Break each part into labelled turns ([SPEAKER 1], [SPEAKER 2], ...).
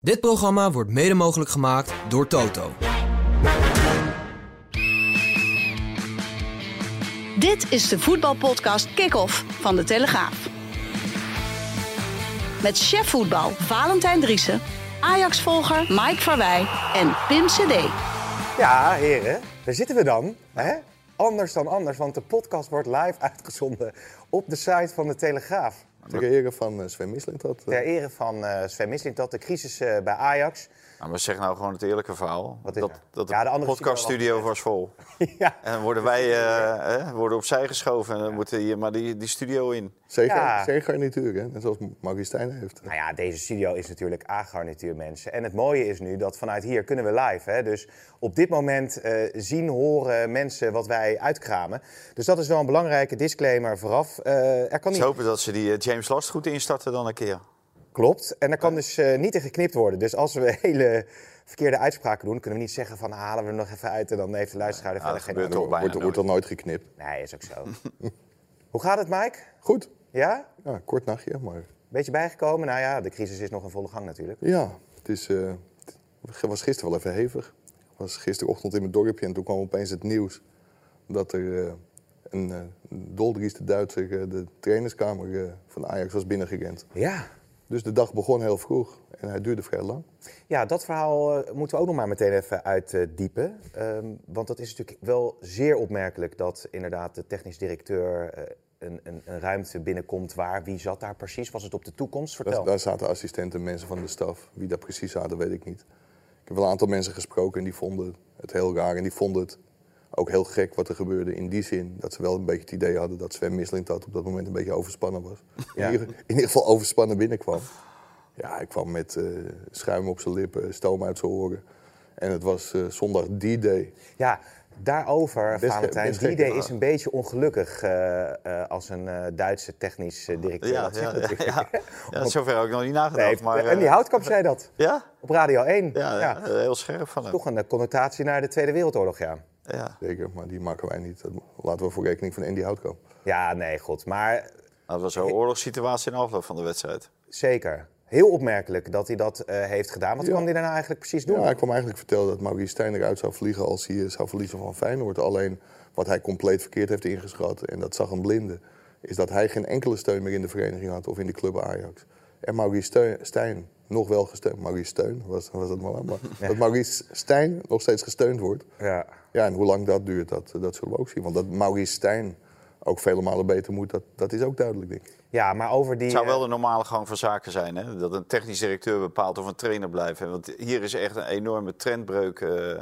[SPEAKER 1] Dit programma wordt mede mogelijk gemaakt door Toto.
[SPEAKER 2] Dit is de voetbalpodcast Kick-Off van De Telegraaf. Met chef voetbal Valentijn Driessen, Ajax-volger Mike Verwij en Pim CD.
[SPEAKER 3] Ja, heren, daar zitten we dan. Hè? Anders dan anders, want de podcast wordt live uitgezonden op de site van de Telegraaf.
[SPEAKER 4] Ter ere van eh, Sven Misling dat. eh,
[SPEAKER 3] Ter ere van eh, Sven Misling dat de crisis eh, bij Ajax.
[SPEAKER 5] Nou, maar zeg nou gewoon het eerlijke verhaal.
[SPEAKER 3] Wat is
[SPEAKER 5] dat
[SPEAKER 3] er?
[SPEAKER 5] dat
[SPEAKER 3] Ja, de
[SPEAKER 5] de
[SPEAKER 3] andere studio
[SPEAKER 5] podcaststudio
[SPEAKER 3] was
[SPEAKER 5] was vol.
[SPEAKER 3] ja.
[SPEAKER 5] En dan worden wij eh, hè, worden opzij geschoven en dan moeten hier maar die, die studio in.
[SPEAKER 4] Zeker,
[SPEAKER 3] Ja.
[SPEAKER 4] zeker garnituur, hè? Net zoals Maurice Stijn heeft. eh,
[SPEAKER 3] Nou ja, deze studio is natuurlijk A-garnituur, mensen. En het mooie is nu dat vanuit hier kunnen we live. Hè? Dus op dit moment eh, zien, horen mensen wat wij uitkramen. Dus dat is wel een belangrijke disclaimer vooraf. Eh, er kan
[SPEAKER 5] Ik
[SPEAKER 3] niet...
[SPEAKER 5] hopen dat ze die eh, James Last goed instarten dan een keer.
[SPEAKER 3] Klopt. En daar kan dus eh, niet in geknipt worden. Dus als we hele verkeerde uitspraken doen, kunnen we niet zeggen van "Ah, halen we hem nog even uit en dan heeft de luisteraar er
[SPEAKER 5] Ja,
[SPEAKER 3] verder
[SPEAKER 5] dat
[SPEAKER 3] geen
[SPEAKER 5] gebeurt
[SPEAKER 3] antwoord
[SPEAKER 5] Bijna
[SPEAKER 4] Wordt, wordt dan nooit geknipt.
[SPEAKER 3] op. Nee, is ook zo. Hoe gaat het, Mike?
[SPEAKER 4] Goed.
[SPEAKER 3] Ja?
[SPEAKER 4] Ja, kort nachtje, maar
[SPEAKER 3] Beetje bijgekomen? Nou ja, de crisis is nog in volle gang natuurlijk.
[SPEAKER 4] ja, het is, eh, het was gisteren wel even hevig. Ik was gisterochtend in mijn dorpje en toen kwam opeens het nieuws dat er eh, een eh, een doldrieste Duitser eh, de trainerskamer eh, van Ajax was binnengerend.
[SPEAKER 3] Ja.
[SPEAKER 4] Dus de dag begon heel vroeg en hij duurde vrij lang.
[SPEAKER 3] Ja, dat verhaal eh, moeten we ook nog maar meteen even uitdiepen. Ehm, want dat is natuurlijk wel zeer opmerkelijk dat inderdaad de technisch directeur eh, een, een, een ruimte binnenkomt waar, wie zat daar precies? Was het op de toekomst? Vertel.
[SPEAKER 4] Daar, daar zaten assistenten, mensen van de staf. Wie daar precies zaten, weet ik niet. Ik heb wel een aantal mensen gesproken en die vonden het heel raar. En die vonden het ook heel gek wat er gebeurde. In die zin dat ze wel een beetje het idee hadden dat Sven Misling dat op dat moment een beetje overspannen was.
[SPEAKER 3] Ja.
[SPEAKER 4] In, ieder, in ieder geval overspannen binnenkwam. Ja, hij kwam met eh, schuim op zijn lippen, stoom uit zijn oren. En het was eh, zondag die day.
[SPEAKER 3] Ja, daarover,
[SPEAKER 4] Best-
[SPEAKER 3] Valentijn.
[SPEAKER 4] best
[SPEAKER 3] Die
[SPEAKER 4] gek,
[SPEAKER 3] idee
[SPEAKER 4] ja.
[SPEAKER 3] is een beetje ongelukkig eh, eh, als een eh, Duitse technisch eh, directeur.
[SPEAKER 5] Ja,
[SPEAKER 3] dat zegt
[SPEAKER 5] ja, ja,
[SPEAKER 3] natuurlijk.
[SPEAKER 5] ja. ja, zover heb ik nog niet
[SPEAKER 3] Nee,
[SPEAKER 5] nagedacht.
[SPEAKER 3] heeft-
[SPEAKER 5] maar,
[SPEAKER 3] en die
[SPEAKER 5] eh,
[SPEAKER 3] Houtkamp zei dat
[SPEAKER 5] ja?
[SPEAKER 3] op Radio 1.
[SPEAKER 5] Ja, ja, heel scherp van hem.
[SPEAKER 3] Toch een eh, connotatie naar de Tweede Wereldoorlog, ja.
[SPEAKER 5] Ja.
[SPEAKER 4] Zeker, maar die maken wij niet. Dat laten we voor rekening van Andy Hout komen.
[SPEAKER 3] Ja, nee, god. Maar
[SPEAKER 5] Nou, Dat was zo'n oorlogssituatie in de afloop van de wedstrijd.
[SPEAKER 3] zeker, heel opmerkelijk dat hij dat eh, heeft gedaan. Wat
[SPEAKER 4] Ja.
[SPEAKER 3] kwam hij daarna eigenlijk precies doen?
[SPEAKER 4] Ja, ik kwam eigenlijk vertellen dat Maurice Stijn eruit zou vliegen als hij eh, zou verliezen van Feyenoord. Alleen wat hij compleet verkeerd heeft ingeschat, en dat zag een blinde, is dat hij geen enkele steun meer in de vereniging had of in de club Ajax. En Maurice Steun- Stijn nog wel gesteund. Maurice Steun was, was dat maar aan. Maar dat Maurice Stijn nog steeds gesteund wordt.
[SPEAKER 3] Ja.
[SPEAKER 4] Ja, en hoe lang dat duurt, dat, dat zullen we ook zien. Want dat Maurice Stijn ook vele malen beter moet, dat, dat is ook duidelijk, denk ik.
[SPEAKER 3] Ja, maar over die...
[SPEAKER 5] Het zou
[SPEAKER 3] eh,
[SPEAKER 5] wel de normale gang van zaken zijn, hè? dat een technisch directeur bepaalt of een trainer blijft. hè. Want hier is echt een enorme trendbreuk eh,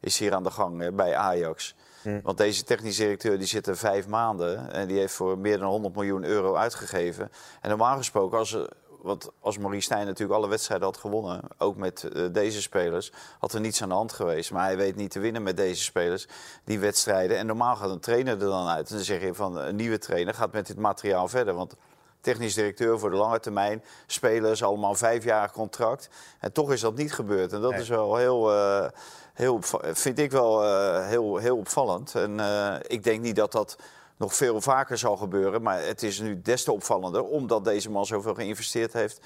[SPEAKER 5] is hier aan de gang hè, bij Ajax.
[SPEAKER 3] Hm.
[SPEAKER 5] Want deze technisch directeur die zit er vijf maanden en die heeft voor meer dan 100 miljoen euro uitgegeven. En normaal gesproken, als, eh, want als Maurice Stijn natuurlijk alle wedstrijden had gewonnen, ook met eh, deze spelers, had er niets aan de hand geweest. Maar hij weet niet te winnen met deze spelers, die wedstrijden. En normaal gaat een trainer er dan uit. En dan zeg je van een nieuwe trainer gaat met dit materiaal verder. Want technisch directeur voor de lange termijn. Spelers, allemaal vijfjarig contract. En toch is dat niet gebeurd. En dat is wel heel, eh, heel opva- vind ik wel eh, heel, heel opvallend. En eh, ik denk niet dat dat nog veel vaker zal gebeuren. Maar het is nu des te opvallender, omdat deze man zoveel geïnvesteerd heeft...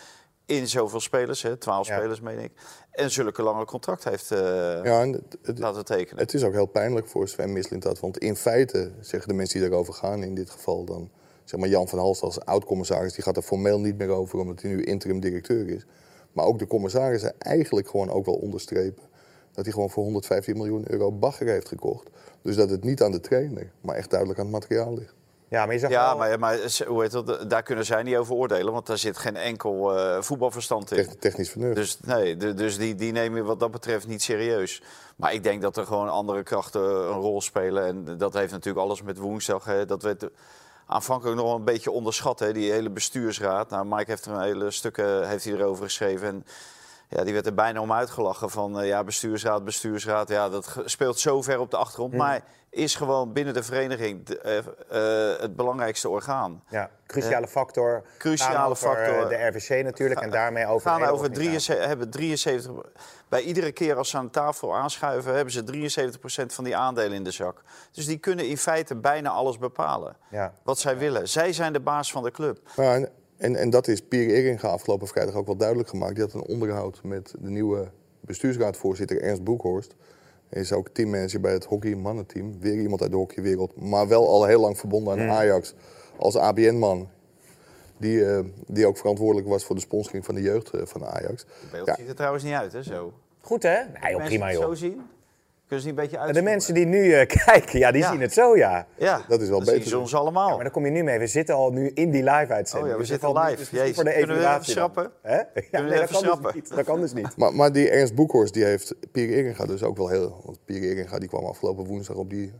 [SPEAKER 5] In zoveel spelers, hè, 12
[SPEAKER 3] Ja.
[SPEAKER 5] spelers meen ik. En zulke lange contract heeft eh,
[SPEAKER 4] Ja, en het- het-
[SPEAKER 5] laten tekenen.
[SPEAKER 4] Het is ook heel pijnlijk voor Sven Mislintat. Want in feite zeggen de mensen die daarover gaan, in dit geval dan zeg maar Jan van Halst als oud-commissaris, die gaat er formeel niet meer over omdat hij nu interim directeur is. Maar ook de commissarissen eigenlijk gewoon ook wel onderstrepen dat hij gewoon voor 115 miljoen euro bagger heeft gekocht. Dus dat het niet aan de trainer, maar echt duidelijk aan het materiaal ligt.
[SPEAKER 3] Ja, maar je zag
[SPEAKER 5] Ja,
[SPEAKER 3] wel-
[SPEAKER 5] maar, maar eh, ze- hoe heet dat? daar kunnen zij niet over oordelen, want daar zit geen enkel eh, voetbalverstand in.
[SPEAKER 4] Echt technisch verneurd.
[SPEAKER 5] Dus nee, de- dus die, die neem je wat dat betreft niet serieus. Maar ik denk dat er gewoon andere krachten een rol spelen. En dat heeft natuurlijk alles met woensdag. Hè. Dat werd aanvankelijk nog wel een beetje onderschat, hè, die hele bestuursraad. Nou, Mike heeft er een hele stukken heeft hij erover geschreven. En Ja, die werd er bijna om uitgelachen van eh, ja, bestuursraad, bestuursraad. Ja, dat ge- speelt zo ver op de achtergrond. Maar is gewoon binnen de vereniging de- eh, eh, het belangrijkste orgaan.
[SPEAKER 3] Ja, cruciale factor.
[SPEAKER 5] Cruciale
[SPEAKER 3] Gaan over, eh,
[SPEAKER 5] factor.
[SPEAKER 3] De RVC natuurlijk en daarmee
[SPEAKER 5] We
[SPEAKER 3] over...
[SPEAKER 5] eh, gaan
[SPEAKER 3] de hele
[SPEAKER 5] over
[SPEAKER 3] organisatie.
[SPEAKER 5] 73, hebben 73... Bij iedere keer als ze aan de tafel aanschuiven... hebben ze 73% van die aandelen in de zak. Dus die kunnen in feite bijna alles bepalen.
[SPEAKER 3] Ja.
[SPEAKER 5] Wat zij willen. Zij zijn de baas van de club.
[SPEAKER 4] Ja, Nou, en, en, en dat is Pierre Eringa afgelopen vrijdag ook wel duidelijk gemaakt. Die had een onderhoud met de nieuwe bestuursraadvoorzitter Ernst Broekhorst. Hij is ook teammanager bij het hockey mannenteam. Weer iemand uit de hockeywereld, maar wel al heel lang verbonden aan Ajax. Als ABN-man, die, eh, die ook verantwoordelijk was voor de sponsoring van de jeugd eh, van Ajax.
[SPEAKER 5] Beeld
[SPEAKER 4] Ja,
[SPEAKER 5] ziet er trouwens niet uit, hè, zo.
[SPEAKER 3] Goed hè? Nee, joh,
[SPEAKER 5] Mensen
[SPEAKER 3] prima
[SPEAKER 5] het
[SPEAKER 3] joh.
[SPEAKER 5] zo zien? Kunnen ze niet een beetje uit?
[SPEAKER 3] De mensen die nu eh, kijken, ja, die
[SPEAKER 5] Ja.
[SPEAKER 3] zien het zo, ja.
[SPEAKER 5] Ja,
[SPEAKER 4] Dat is wel
[SPEAKER 5] dan
[SPEAKER 4] beter.
[SPEAKER 5] zien ze ons allemaal.
[SPEAKER 3] Maar daar kom je nu mee. We zitten al nu in die live-uitzending.
[SPEAKER 5] Oh ja, we
[SPEAKER 3] Dus
[SPEAKER 5] zitten
[SPEAKER 3] dat valt
[SPEAKER 5] live.
[SPEAKER 3] niet- dus misschien
[SPEAKER 5] Jezus, kunnen we
[SPEAKER 3] evaluatie
[SPEAKER 5] even
[SPEAKER 3] dan.
[SPEAKER 5] schrappen?
[SPEAKER 3] Hè? Ja,
[SPEAKER 5] we
[SPEAKER 3] nee, dat
[SPEAKER 5] even
[SPEAKER 3] kan, dus
[SPEAKER 5] schrappen?
[SPEAKER 3] niet. dat kan dus niet.
[SPEAKER 4] Maar, maar die Ernst Boekhorst die heeft Pierre Eringa dus ook wel heel... Want Pierre Eringa die kwam afgelopen woensdag op die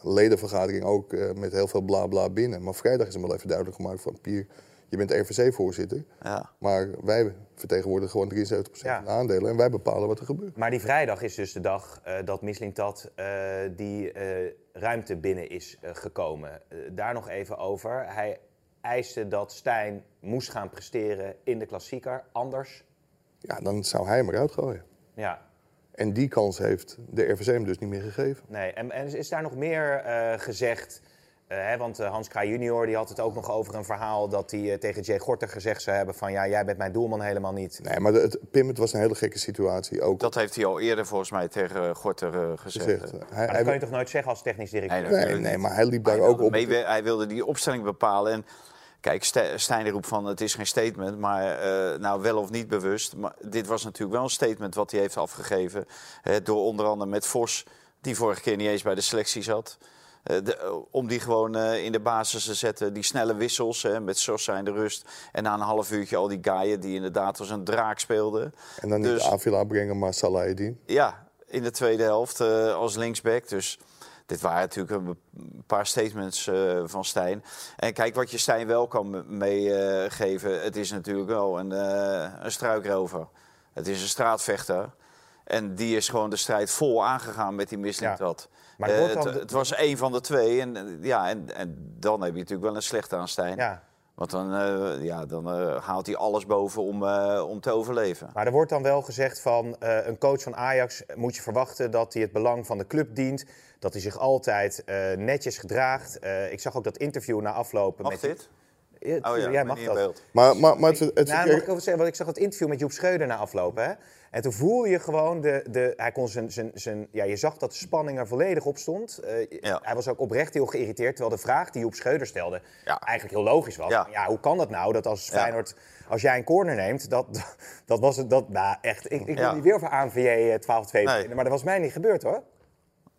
[SPEAKER 4] ledenvergadering ook eh, met heel veel blabla binnen. Maar vrijdag is hem wel even duidelijk gemaakt van... Pierre, je bent RVC-voorzitter,
[SPEAKER 5] Ja.
[SPEAKER 4] maar wij vertegenwoordigen gewoon 73%
[SPEAKER 3] Ja.
[SPEAKER 4] van de aandelen... en wij bepalen wat er gebeurt.
[SPEAKER 3] Maar die vrijdag is dus de dag eh, dat Mislintat eh die eh, ruimte binnen is eh, gekomen. Eh, daar nog even over. Hij eiste dat Stijn moest gaan presteren in de klassieker. Anders,
[SPEAKER 4] Ja, dan zou hij hem eruit gooien.
[SPEAKER 3] ja,
[SPEAKER 4] En die kans heeft de RVC hem dus niet meer gegeven.
[SPEAKER 3] Nee, en, en is- is daar nog meer eh, gezegd? Eh, hè, want eh, Hans Kraaij junior die had het ook nog over een verhaal... dat hij eh, tegen Jay Gorter gezegd zou hebben van... ja, jij bent mijn doelman helemaal niet.
[SPEAKER 4] Nee, maar de- het, Pim, het was een hele gekke situatie ook.
[SPEAKER 5] Dat heeft hij al eerder volgens mij tegen eh, Gorter eh, gezegd.
[SPEAKER 4] gezegd.
[SPEAKER 5] hè.
[SPEAKER 3] Maar
[SPEAKER 4] Hij, hij-
[SPEAKER 3] dat kan je toch nooit zeggen als technisch directeur?
[SPEAKER 5] Nee,
[SPEAKER 4] nee, nee, maar hij liep daar ook op...
[SPEAKER 5] Mee- hij wilde die opstelling bepalen. En kijk, Ste- Stijn roept van het is geen statement, maar eh, nou wel of niet bewust. Maar dit was natuurlijk wel een statement wat hij heeft afgegeven. hè, door onder andere met Vos, die vorige keer niet eens bij de selectie zat. eh, de- eh, om die gewoon eh, in de basis te zetten. Die snelle wissels hè, met Sosa in de rust. En na een half uurtje al die gaaien die inderdaad als een draak speelden.
[SPEAKER 4] En dan
[SPEAKER 5] Dus-
[SPEAKER 4] niet Avila brengen, maar Salahedin.
[SPEAKER 5] ja, in de tweede helft eh, als linksback. Dus dit waren natuurlijk een be- een paar statements eh, van Stijn. En kijk, wat je Stijn wel kan meegeven, het is natuurlijk wel een, eh, een struikrover. Het is een straatvechter. En die is gewoon de strijd vol aangegaan met die mislintat.
[SPEAKER 3] Maar
[SPEAKER 5] Eh,
[SPEAKER 3] het wordt
[SPEAKER 5] het,
[SPEAKER 3] dan de-
[SPEAKER 5] het was één van de twee. En, eh, ja, en, en dan heb je natuurlijk wel een slechte aan Stijn.
[SPEAKER 3] Ja.
[SPEAKER 5] Want dan, eh, ja, dan eh, haalt hij alles boven om, eh, om te overleven.
[SPEAKER 3] Maar er wordt dan wel gezegd van eh, een coach van Ajax eh, moet je verwachten dat hij het belang van de club dient. Dat hij zich altijd eh, netjes gedraagt. Eh, ik zag ook dat interview na aflopen.
[SPEAKER 5] Mag
[SPEAKER 3] met
[SPEAKER 5] dit?
[SPEAKER 3] Ja,
[SPEAKER 5] Oh ja,
[SPEAKER 3] tuurlijk, jij mag
[SPEAKER 5] niet in
[SPEAKER 3] dat.
[SPEAKER 5] beeld.
[SPEAKER 4] Maar, maar, maar het, het,
[SPEAKER 3] Nou, mag ik ook wel zeggen, want ik zag het interview met Joep Schreuder na aflopen. Hè? En toen voel je gewoon de. de hij kon zijn, zijn, zijn, ja, je zag dat de spanning er volledig op stond. Eh,
[SPEAKER 5] Ja.
[SPEAKER 3] Hij was ook oprecht heel geïrriteerd. Terwijl de vraag die Joep Schreuder stelde
[SPEAKER 5] Ja.
[SPEAKER 3] eigenlijk heel logisch was.
[SPEAKER 5] Ja.
[SPEAKER 3] Ja. hoe kan dat nou dat als Feyenoord. Als jij een corner neemt, dat, dat was het. Dat, nou, echt. Ik, ik wil
[SPEAKER 5] Ja.
[SPEAKER 3] niet weer voor ANVJ eh, 12-2
[SPEAKER 5] Nee.
[SPEAKER 3] Maar dat was mij niet gebeurd hoor.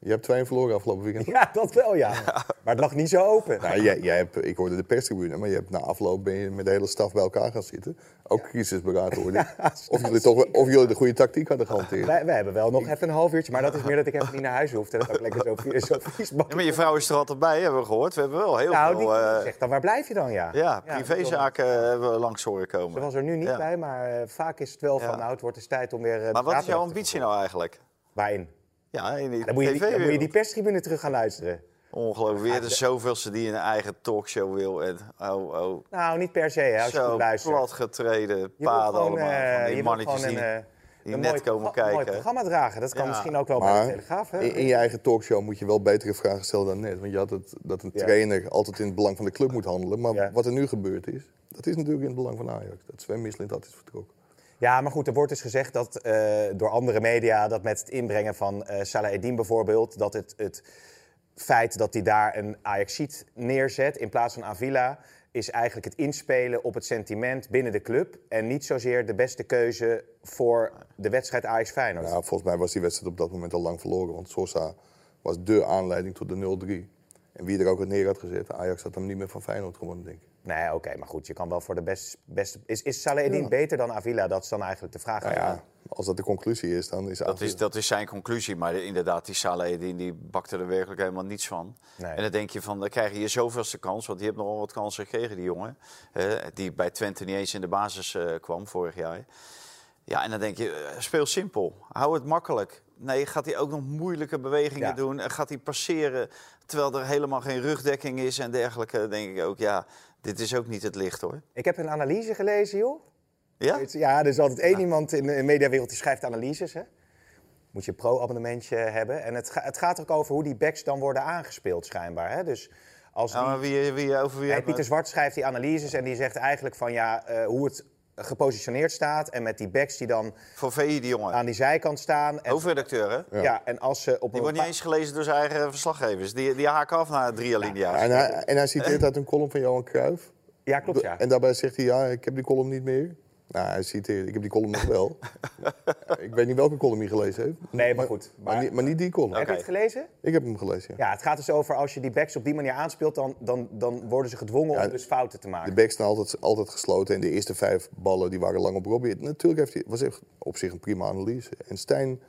[SPEAKER 4] Je hebt twee verloren afgelopen weekend.
[SPEAKER 3] Ja, dat wel ja. Maar het lag niet zo open.
[SPEAKER 4] Nou, jij, jij hebt, ik hoorde de perstribune, maar je hebt na afloop ben je met de hele staf bij elkaar gaan zitten. Ook crisisberaad worden. of, jullie toch, wel- of jullie de goede tactiek hadden gehanteerd.
[SPEAKER 3] Wij, wij hebben wel nog even een half uurtje, maar dat is meer dat ik even niet naar huis hoef. En dat ook lekker zo, vi- zo vies mag.
[SPEAKER 5] Ja, maar je vrouw is er altijd bij, hebben we gehoord. We hebben wel heel
[SPEAKER 3] Nou, die
[SPEAKER 5] veel eh,
[SPEAKER 3] zegt dan, waar blijf je dan, ja?
[SPEAKER 5] ja,
[SPEAKER 3] dat klopt.
[SPEAKER 5] privézaken hebben we langs horen
[SPEAKER 3] Ze
[SPEAKER 5] komen.
[SPEAKER 3] was er nu niet
[SPEAKER 5] Ja.
[SPEAKER 3] bij, maar eh, vaak is het wel
[SPEAKER 5] Ja.
[SPEAKER 3] van, nou, het wordt eens tijd om weer... eh,
[SPEAKER 5] Maar wat is
[SPEAKER 3] praten
[SPEAKER 5] jouw
[SPEAKER 3] weg te
[SPEAKER 5] ambitie
[SPEAKER 3] voeren.
[SPEAKER 5] nou eigenlijk?
[SPEAKER 3] Waarin?
[SPEAKER 5] Ja, in die
[SPEAKER 3] Dan moet, je die, dan moet je
[SPEAKER 5] tv-wereld.
[SPEAKER 3] die perstribune terug gaan luisteren.
[SPEAKER 5] Ongelooflijk, weer de zoveelste die een eigen talkshow wil. En, oh, oh,
[SPEAKER 3] Nou, niet per se, hè, als je
[SPEAKER 5] zo
[SPEAKER 3] goed luistert.
[SPEAKER 5] platgetreden,
[SPEAKER 3] Je wil
[SPEAKER 5] paden
[SPEAKER 3] gewoon,
[SPEAKER 5] allemaal.
[SPEAKER 3] eh,
[SPEAKER 5] van
[SPEAKER 3] je
[SPEAKER 5] die
[SPEAKER 3] wil
[SPEAKER 5] mannetjes
[SPEAKER 3] gewoon
[SPEAKER 5] die...
[SPEAKER 3] een, eh,
[SPEAKER 5] die
[SPEAKER 3] een
[SPEAKER 5] net
[SPEAKER 3] mooi
[SPEAKER 5] komen
[SPEAKER 3] progra- mooi
[SPEAKER 5] kijken.
[SPEAKER 3] programma dragen. Dat kan
[SPEAKER 5] Ja.
[SPEAKER 3] misschien ook wel bij de
[SPEAKER 4] Maar
[SPEAKER 3] Telegraaf, hè?
[SPEAKER 4] in, in je eigen talkshow moet je wel betere vragen stellen dan net. Want je had het dat een
[SPEAKER 3] Ja.
[SPEAKER 4] trainer altijd in het belang van de club moet handelen. Maar
[SPEAKER 3] Ja.
[SPEAKER 4] wat er nu gebeurd is, dat is natuurlijk in het belang van Ajax. Dat Sven Mislint had is vertrokken.
[SPEAKER 3] Ja, maar goed, er wordt dus gezegd dat eh, door andere media dat met het inbrengen van eh Salah Eddin bijvoorbeeld, dat het, het feit dat hij daar een Ajaxiet neerzet in plaats van Avila, is eigenlijk het inspelen op het sentiment binnen de club en niet zozeer de beste keuze voor de wedstrijd Ajax Feyenoord.
[SPEAKER 4] Ja, volgens mij was die wedstrijd op dat moment al lang verloren. Want Sosa was dé aanleiding tot de 0-3. En wie er ook het neer had gezet, Ajax had hem niet meer van Feyenoord gewonnen, denk ik.
[SPEAKER 3] Nee, oké, maar goed, je kan wel voor de best, beste. Is, is Salah Eddin beter dan Avila? Dat is dan eigenlijk de vraag.
[SPEAKER 4] Nou ja, als dat de conclusie is, dan is
[SPEAKER 5] Dat is, dat is zijn conclusie. Maar inderdaad, die Salehedin die bakte er werkelijk helemaal niets van.
[SPEAKER 3] Nee.
[SPEAKER 5] En dan denk je van, dan krijg je je zoveelste kans. Want die hebt nogal wat kansen gekregen, die jongen. eh, die bij Twente niet eens in de basis eh, kwam vorig jaar. Ja, en dan denk je, eh, speel simpel. Hou het makkelijk. Nee, gaat hij ook nog moeilijke bewegingen
[SPEAKER 3] Ja.
[SPEAKER 5] doen? En gaat hij passeren terwijl er helemaal geen rugdekking is en dergelijke? Dan denk ik ook, ja, dit is ook niet het licht hoor.
[SPEAKER 3] Ik heb een analyse gelezen, joh.
[SPEAKER 5] Ja?
[SPEAKER 3] Het- Ja, er is altijd één iemand in de mediawereld die schrijft analyses. Hè? Moet je een pro-abonnementje hebben. En het, ga- het gaat ook over hoe die backs dan worden aangespeeld, schijnbaar. Hè? Dus als
[SPEAKER 5] Ja,
[SPEAKER 3] die-
[SPEAKER 5] Nou, maar wie, wie, over wie
[SPEAKER 3] Hey,
[SPEAKER 5] hebben we
[SPEAKER 3] Pieter
[SPEAKER 5] het?
[SPEAKER 3] Zwart schrijft die analyses en die zegt eigenlijk van ja, eh, hoe het gepositioneerd staat. En met die backs die dan
[SPEAKER 5] Voor VI die jongen.
[SPEAKER 3] aan die zijkant staan. En,
[SPEAKER 5] Hoofdredacteur hè?
[SPEAKER 3] ja. en als ze op
[SPEAKER 5] Die
[SPEAKER 3] een
[SPEAKER 5] wordt niet eens gelezen door zijn eigen verslaggevers. Die, die haken af na drie alinea's.
[SPEAKER 4] En hij, en hij citeert uit een column van Johan Cruijff.
[SPEAKER 3] Ja, klopt ja.
[SPEAKER 4] En daarbij zegt hij, ja, ik heb die column niet meer. Nou, hij citeert, ik heb die column nog wel. ik weet niet welke column hij gelezen heeft.
[SPEAKER 3] Nee, maar goed.
[SPEAKER 4] Maar, niet, maar niet die column.
[SPEAKER 3] Heb je het gelezen?
[SPEAKER 4] Ik heb hem gelezen, ja.
[SPEAKER 3] Ja, het gaat dus over als je die backs op die manier aanspeelt, dan, dan, dan worden ze gedwongen om dus fouten te
[SPEAKER 4] De
[SPEAKER 3] maken.
[SPEAKER 4] backs zijn altijd, altijd gesloten en de eerste vijf ballen die waren lang op Robbie. Natuurlijk heeft hij, was echt op zich een prima analyse. En Stijn